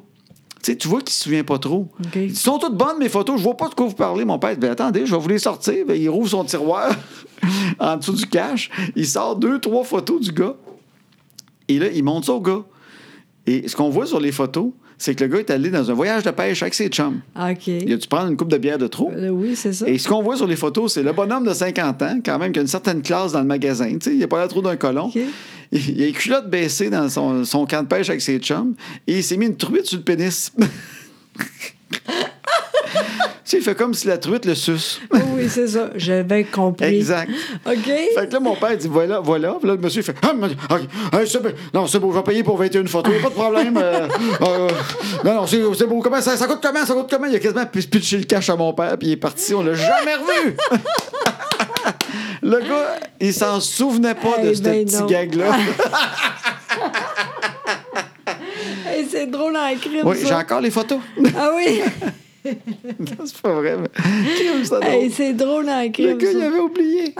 Speaker 1: Tu sais, tu vois qu'il se souvient pas trop.
Speaker 2: OK.
Speaker 1: Il dit, sont toutes bonnes, mes photos, je vois pas de quoi vous parlez. Mon père dit, ben attendez, je vais vous les sortir. Ben, il rouvre son tiroir en dessous du cache. Il sort deux, trois photos du gars. Et là, il monte ça au gars. Et ce qu'on voit sur les photos, c'est que le gars est allé dans un voyage de pêche avec ses chums.
Speaker 2: Ah, OK.
Speaker 1: Il a dû prendre une coupe de bière de trop.
Speaker 2: Euh, Oui, c'est ça.
Speaker 1: Et ce qu'on voit sur les photos, c'est le bonhomme de 50 ans, quand même, qui a une certaine classe dans le magasin. Tu sais, il n'a pas l'air trop d'un colon.
Speaker 2: OK.
Speaker 1: Il, il a les culottes baissées dans son, son camp de pêche avec ses chums et il s'est mis une truite sur le pénis. Tu sais, il fait comme si la truite le suce.
Speaker 2: Oui, oui, c'est ça. J'avais compris.
Speaker 1: Exact.
Speaker 2: OK.
Speaker 1: Fait que là, mon père dit voilà, voilà. Puis là, le monsieur il fait Ah, mon- ok, ah, c'est bon. Non, c'est beau, je vais payer pour 21 photos, pas de problème. Euh, euh, non, non, c'est c'est beau. Comment ça, ça coûte comment Ça coûte comment Il a quasiment pu- pitché le cash à mon père, puis il est parti, on l'a jamais revu. le gars, il s'en souvenait pas de
Speaker 2: Eh
Speaker 1: ce
Speaker 2: ben
Speaker 1: petit
Speaker 2: non.
Speaker 1: gag-là.
Speaker 2: Hey, c'est drôle en crime,
Speaker 1: oui, j'ai
Speaker 2: ça.
Speaker 1: encore les photos.
Speaker 2: Ah oui.
Speaker 1: Non, c'est pas vrai. mais- Crime, ça, drôle.
Speaker 2: Hey, c'est drôle en
Speaker 1: Le
Speaker 2: crime,
Speaker 1: gars, il
Speaker 2: ça.
Speaker 1: avait oublié.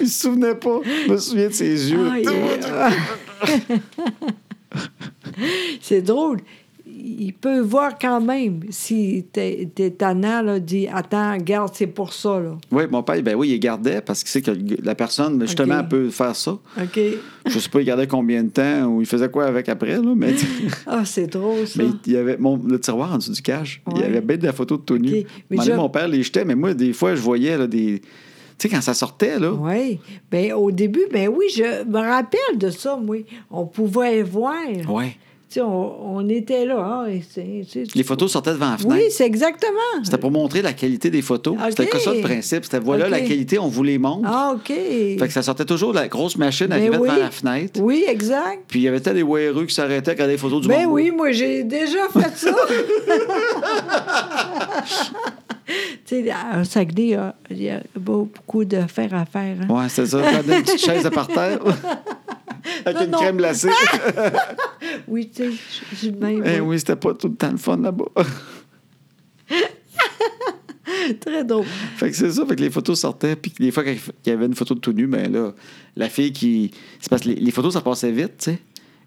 Speaker 1: Il se souvenait pas. Je me souviens de ses yeux.
Speaker 2: Ah, il- c'est drôle. Il peut voir quand même si t'es t'es tannant, là, dit Attends, regarde, c'est pour ça, là.
Speaker 1: Oui, mon père, ben oui, il gardait parce qu'il sait que le gars- la personne, ben, justement,
Speaker 2: Ok.
Speaker 1: peut faire ça.
Speaker 2: OK.
Speaker 1: Je sais pas, il gardait combien de temps ou il faisait quoi avec après, là, mais,
Speaker 2: Ah, c'est drôle, ça.
Speaker 1: mais il y avait mon, le tiroir en dessous du cache. Il y
Speaker 2: Ouais.
Speaker 1: avait bien de la photo de tout nu.
Speaker 2: Ok, mais
Speaker 1: Mon,
Speaker 2: déjà-
Speaker 1: mon père les jetait, mais moi, des fois, je voyais là, des. Tu sais, quand ça sortait, là.
Speaker 2: Oui. Ben, au début, ben oui, je me rappelle de ça, oui. On pouvait voir.
Speaker 1: Ouais.
Speaker 2: Tu sais, on, on était là. hein, et c'est- c'est-
Speaker 1: Les photos sortaient devant la fenêtre.
Speaker 2: Oui, c'est exactement.
Speaker 1: C'était pour montrer la qualité des photos.
Speaker 2: Ok.
Speaker 1: C'était que ça le principe. C'était voilà
Speaker 2: Ok.
Speaker 1: la qualité, on vous les montre.
Speaker 2: Ah, OK.
Speaker 1: Fait que ça sortait toujours de la grosse machine
Speaker 2: Ben
Speaker 1: arrivait
Speaker 2: oui.
Speaker 1: devant la fenêtre.
Speaker 2: Oui, exact.
Speaker 1: Puis il y avait tellement des WRU qui s'arrêtaient à regarder les photos du
Speaker 2: Ben
Speaker 1: monde.
Speaker 2: oui, moi, j'ai déjà fait ça. tu sais, à Saguenay, il y a- il y, a beau- beaucoup d'affaires à faire. hein.
Speaker 1: Ouais, c'est ça. Prendre une petite chaise à par terre. Avec
Speaker 2: Non,
Speaker 1: une
Speaker 2: non.
Speaker 1: crème glacée.
Speaker 2: Oui, tu sais, je- je suis de même.
Speaker 1: Eh
Speaker 2: oui.
Speaker 1: oui, c'était pas tout le temps le fun là-bas.
Speaker 2: hein. Très drôle.
Speaker 1: fait que c'est ça, fait que les photos sortaient, puis que des fois, quand il y avait une photo de tout nu, ben là, la fille qui. C'est parce que les, les photos, ça passait vite, tu sais.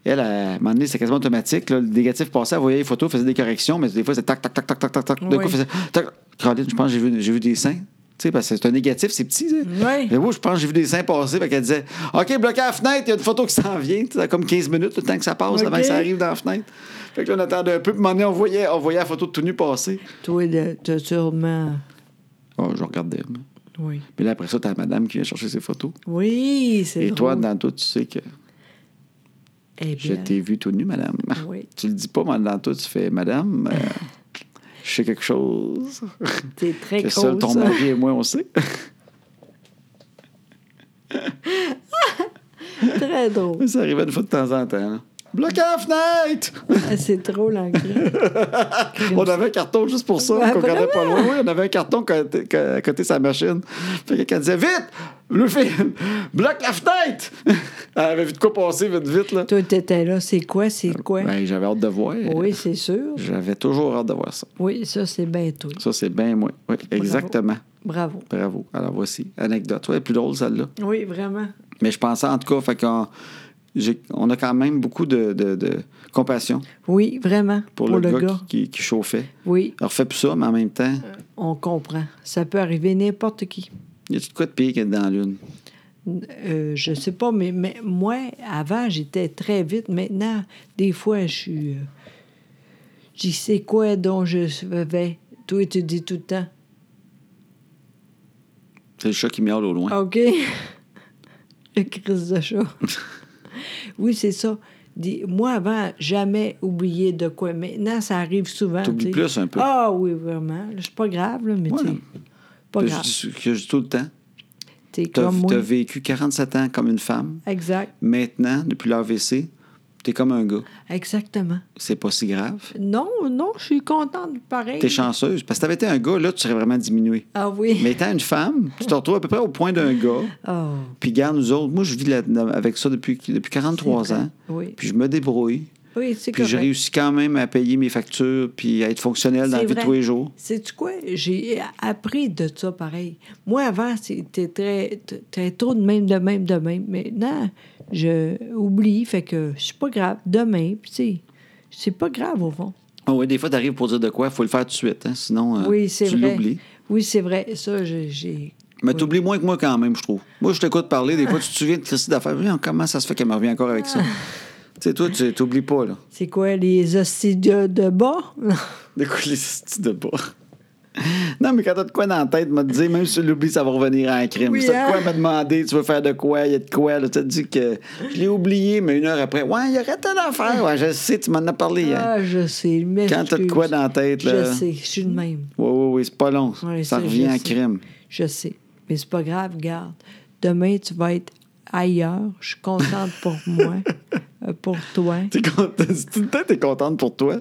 Speaker 1: Elle, à un moment donné, c'était quasiment automatique. là. le négatif passait, elle voyait les photos, faisait des corrections, mais des fois, c'était tac, tac, tac, tac, tac, tac, tac. De
Speaker 2: Oui.
Speaker 1: quoi, elle faisait tac. Caroline, je pense que j'ai vu, j'ai vu des seins. Tu sais, parce que c'est un négatif, c'est petit. tu sais.
Speaker 2: Oui.
Speaker 1: Mais moi, je pense que j'ai vu des seins passer, fait qu'elle disait OK, bloqué à la fenêtre, il y a une photo qui s'en vient. Tu sais, t'as comme 15 minutes, le temps que ça passe, avant
Speaker 2: OK.
Speaker 1: que ça arrive dans la fenêtre. Fait que là, on attendait un peu, puis à un moment donné, on voyait, on voyait la photo de tout nu passer.
Speaker 2: Toi, là, t'as sûrement.
Speaker 1: Oh, je regardais. moi.
Speaker 2: Oui.
Speaker 1: Mais là, après ça, t'as la madame qui vient chercher ses photos.
Speaker 2: Oui,
Speaker 1: Et
Speaker 2: c'est drôle.
Speaker 1: toi, dans tout, tu sais que
Speaker 2: Eh
Speaker 1: je
Speaker 2: bien,
Speaker 1: t'ai vu tout nu, madame.
Speaker 2: Oui.
Speaker 1: Tu le dis pas, mais dans tout, tu fais Madame, euh, je sais quelque chose.
Speaker 2: t'es très
Speaker 1: Que seul
Speaker 2: grosse.
Speaker 1: ton mari et moi, on sait.
Speaker 2: très drôle.
Speaker 1: ça arrivait une fois de temps en temps. là. Bloqué à la fenêtre!
Speaker 2: Ah, C'est drôle en gris.
Speaker 1: On avait un carton juste pour ça,
Speaker 2: Ouais,
Speaker 1: qu'on regardait pas
Speaker 2: Ah, vraiment?
Speaker 1: loin. Oui, on avait un carton côté- à côté de sa machine. Fait que quand elle disait Vite! Le film! Bloque la fenêtre! Elle avait vu de quoi passer vite, vite, là.
Speaker 2: Toi, t'étais là, c'est quoi, c'est quoi?
Speaker 1: Ben, j'avais hâte de voir.
Speaker 2: oui, c'est sûr.
Speaker 1: J'avais toujours hâte de voir ça.
Speaker 2: Oui, ça, c'est bien toi.
Speaker 1: Ça, c'est bien moi. Oui, exactement.
Speaker 2: Bravo.
Speaker 1: Bravo. Alors, voici. Anecdote. Ouais, plus drôle, celle-là.
Speaker 2: Oui, vraiment.
Speaker 1: Mais je pensais, en tout cas, fait qu'on j'ai- on a quand même beaucoup de, de- de compassion
Speaker 2: Oui, vraiment.
Speaker 1: pour, le, gars, Qui, qui- qui chauffait.
Speaker 2: Oui,
Speaker 1: Alors, fais plus ça, mais en même temps,
Speaker 2: on comprend. Ça peut arriver n'importe qui.
Speaker 1: il y a de quoi de pire qu'être dans la l'une.
Speaker 2: Euh, je sais pas, mais, mais moi, avant, j'étais très vite. Maintenant, des fois, je suis. euh, J'ai dit, c'est quoi dont je vais? Toi, tu dis tout le temps.
Speaker 1: C'est le chat qui miaule au loin.
Speaker 2: OK. Le crise de chat. oui, c'est ça. Dis- Moi, avant, jamais oublié de quoi. Maintenant, ça arrive souvent.
Speaker 1: T'oublies
Speaker 2: tu sais.
Speaker 1: plus un peu.
Speaker 2: Ah oui, vraiment. C'est pas grave, là, mais
Speaker 1: Ouais.
Speaker 2: tu sais, Pas
Speaker 1: Que je
Speaker 2: grave.
Speaker 1: dis- que je dis tout le temps.
Speaker 2: T'es
Speaker 1: Tu as,
Speaker 2: comme moi.
Speaker 1: vécu 47 ans comme une femme.
Speaker 2: Exact.
Speaker 1: Maintenant, depuis l'AVC, tu es comme un gars.
Speaker 2: Exactement.
Speaker 1: C'est pas si grave.
Speaker 2: Non, non, je suis contente pareil.
Speaker 1: Tu es chanceuse. Parce que t'avais été un gars, là, tu serais vraiment diminué.
Speaker 2: Ah oui.
Speaker 1: Mais étant une femme, tu te retrouves à peu près au point d'un gars.
Speaker 2: Oh,
Speaker 1: Puis garde nous autres. Moi, je vis là- avec ça depuis, depuis 43
Speaker 2: C'est vrai.
Speaker 1: ans.
Speaker 2: Oui.
Speaker 1: Puis je me débrouille.
Speaker 2: oui, c'est
Speaker 1: Puis
Speaker 2: correct.
Speaker 1: je réussis quand même à payer mes factures puis à être fonctionnel dans la
Speaker 2: C'est
Speaker 1: vie de
Speaker 2: vrai.
Speaker 1: tous les jours.
Speaker 2: Sais-tu quoi? J'ai appris de ça pareil. Moi, avant, c'était très, t- très tôt de même, de même, de même. Maintenant, je oublie, fait que c'est pas grave. Demain, puis tu sais, c'est pas grave au fond.
Speaker 1: Ah oui, des fois, tu arrives pour dire de quoi, il faut le faire tout de suite. hein, Sinon, euh,
Speaker 2: oui, c'est
Speaker 1: tu
Speaker 2: vrai.
Speaker 1: l'oublies.
Speaker 2: Oui, c'est vrai. Ça, j'ai- j'ai.
Speaker 1: Mais t'oublies moins que moi quand même, je trouve. Moi, je t'écoute parler, des fois, tu te souviens de Christy d'affaires. Voyons, Comment ça se fait qu'elle me revient encore avec
Speaker 2: Ah.
Speaker 1: ça? tu sais, toi, tu t'oublies pas, là.
Speaker 2: C'est quoi, les hosties de, de bas?
Speaker 1: De quoi les hosties de bas? Non, mais quand t'as de quoi dans la tête, me dire, même si tu l'oublies, ça va revenir en crime.
Speaker 2: Oui,
Speaker 1: Si t'as de quoi
Speaker 2: hein?
Speaker 1: me demander, tu veux faire de quoi, il y a de quoi, là, tu te dis que je l'ai oublié, mais une heure après, ouais, il y aurait telle affaire, ouais, je sais, tu m'en as parlé hein. hier.
Speaker 2: ah, je sais. mais
Speaker 1: Quand t'as de quoi dans la tête, là.
Speaker 2: Je sais, je suis de même.
Speaker 1: Oui, oui, oui, c'est pas long.
Speaker 2: Ouais,
Speaker 1: ça
Speaker 2: ça, je
Speaker 1: revient en
Speaker 2: sais.
Speaker 1: crime.
Speaker 2: Je sais. Mais c'est pas grave, garde. Demain, tu vas être ailleurs. Je suis contente pour moi, euh, pour toi.
Speaker 1: T'es contente, peut-être t'es contente pour toi.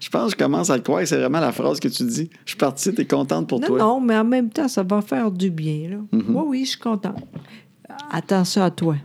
Speaker 1: Je pense que je commence à le croire que c'est vraiment la phrase que tu dis. Je suis partie, t'es contente pour
Speaker 2: Non,
Speaker 1: toi. Mhm.
Speaker 2: non, mais en même temps, ça va faire du bien. Là. Oui, oui, je suis contente. Attention à toi.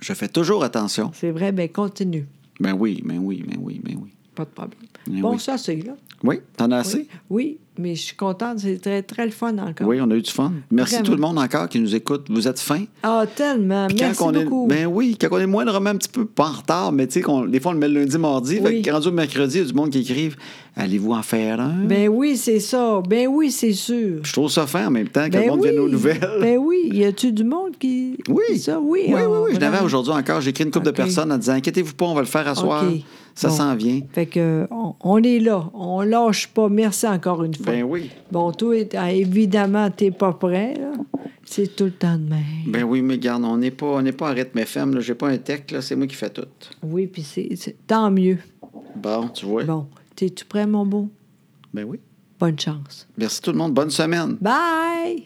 Speaker 1: Je fais toujours attention.
Speaker 2: C'est vrai, mais continue.
Speaker 1: Ben oui, ben oui, ben oui, ben oui.
Speaker 2: Pas de problème.
Speaker 1: Mais
Speaker 2: bon,
Speaker 1: Eh oui.
Speaker 2: ça, c'est là.
Speaker 1: Oui, t'en as
Speaker 2: Oui.
Speaker 1: assez?
Speaker 2: Oui, mais je suis contente. C'est très, très le fun encore.
Speaker 1: Oui, on a eu du fun. Merci
Speaker 2: Vraiment.
Speaker 1: tout le monde encore qui nous écoute. Vous êtes fins.
Speaker 2: Ah, tellement.
Speaker 1: Puis
Speaker 2: Merci
Speaker 1: quand on
Speaker 2: beaucoup.
Speaker 1: est, ben oui, quand on est moindrement un petit peu pas en retard, mais tu sais, qu'on- des fois on le met le lundi, mardi, fait
Speaker 2: Oui.
Speaker 1: que rendu au mercredi, il y a du monde qui écrive Allez-vous en faire un
Speaker 2: Ben oui, c'est ça. Ben oui, c'est sûr.
Speaker 1: Je trouve ça fin en même temps que
Speaker 2: ben
Speaker 1: le monde
Speaker 2: oui.
Speaker 1: vienne aux nouvelles.
Speaker 2: Ben oui. Y a-tu du monde qui.
Speaker 1: Oui.
Speaker 2: Ça, oui.
Speaker 1: oui,
Speaker 2: ah,
Speaker 1: oui, oui. Je l'avais
Speaker 2: vraiment.
Speaker 1: aujourd'hui encore. J'ai écrit une couple
Speaker 2: OK.
Speaker 1: de personnes en disant Inquiétez-vous pas, on va le faire à soir.
Speaker 2: OK.
Speaker 1: Ça
Speaker 2: Bon.
Speaker 1: s'en vient.
Speaker 2: Fait que, euh, on, on est là. On lâche pas. Merci encore une fois.
Speaker 1: Ben oui.
Speaker 2: Bon, toi, t- ah, évidemment, t'es pas prêt, là. C'est tout le temps de même.
Speaker 1: Ben oui, mais garde, on n'est pas, on n'est pas en rythme FM. là. J'ai pas un tech, là. c'est moi qui fais tout.
Speaker 2: Oui, puis c'est... c'est- Tant mieux.
Speaker 1: Bon, tu vois.
Speaker 2: Bon, t'es-tu prêt, mon beau?
Speaker 1: Ben oui.
Speaker 2: Bonne chance.
Speaker 1: Merci tout le monde. Bonne semaine.
Speaker 2: Bye!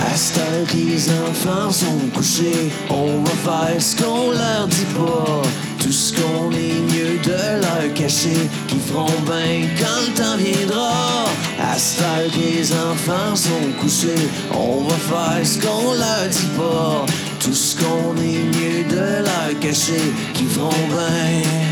Speaker 3: À cette heure que les enfants sont couchés, on va faire ce qu'on leur dit pas. Tout ce qu'on est mieux de leur cacher, qu'ils feront bien quand le temps viendra. À cette heure que les enfants sont couchés, on va faire ce qu'on leur dit pas. Tout ce qu'on est mieux de leur cacher, qu'ils feront bien.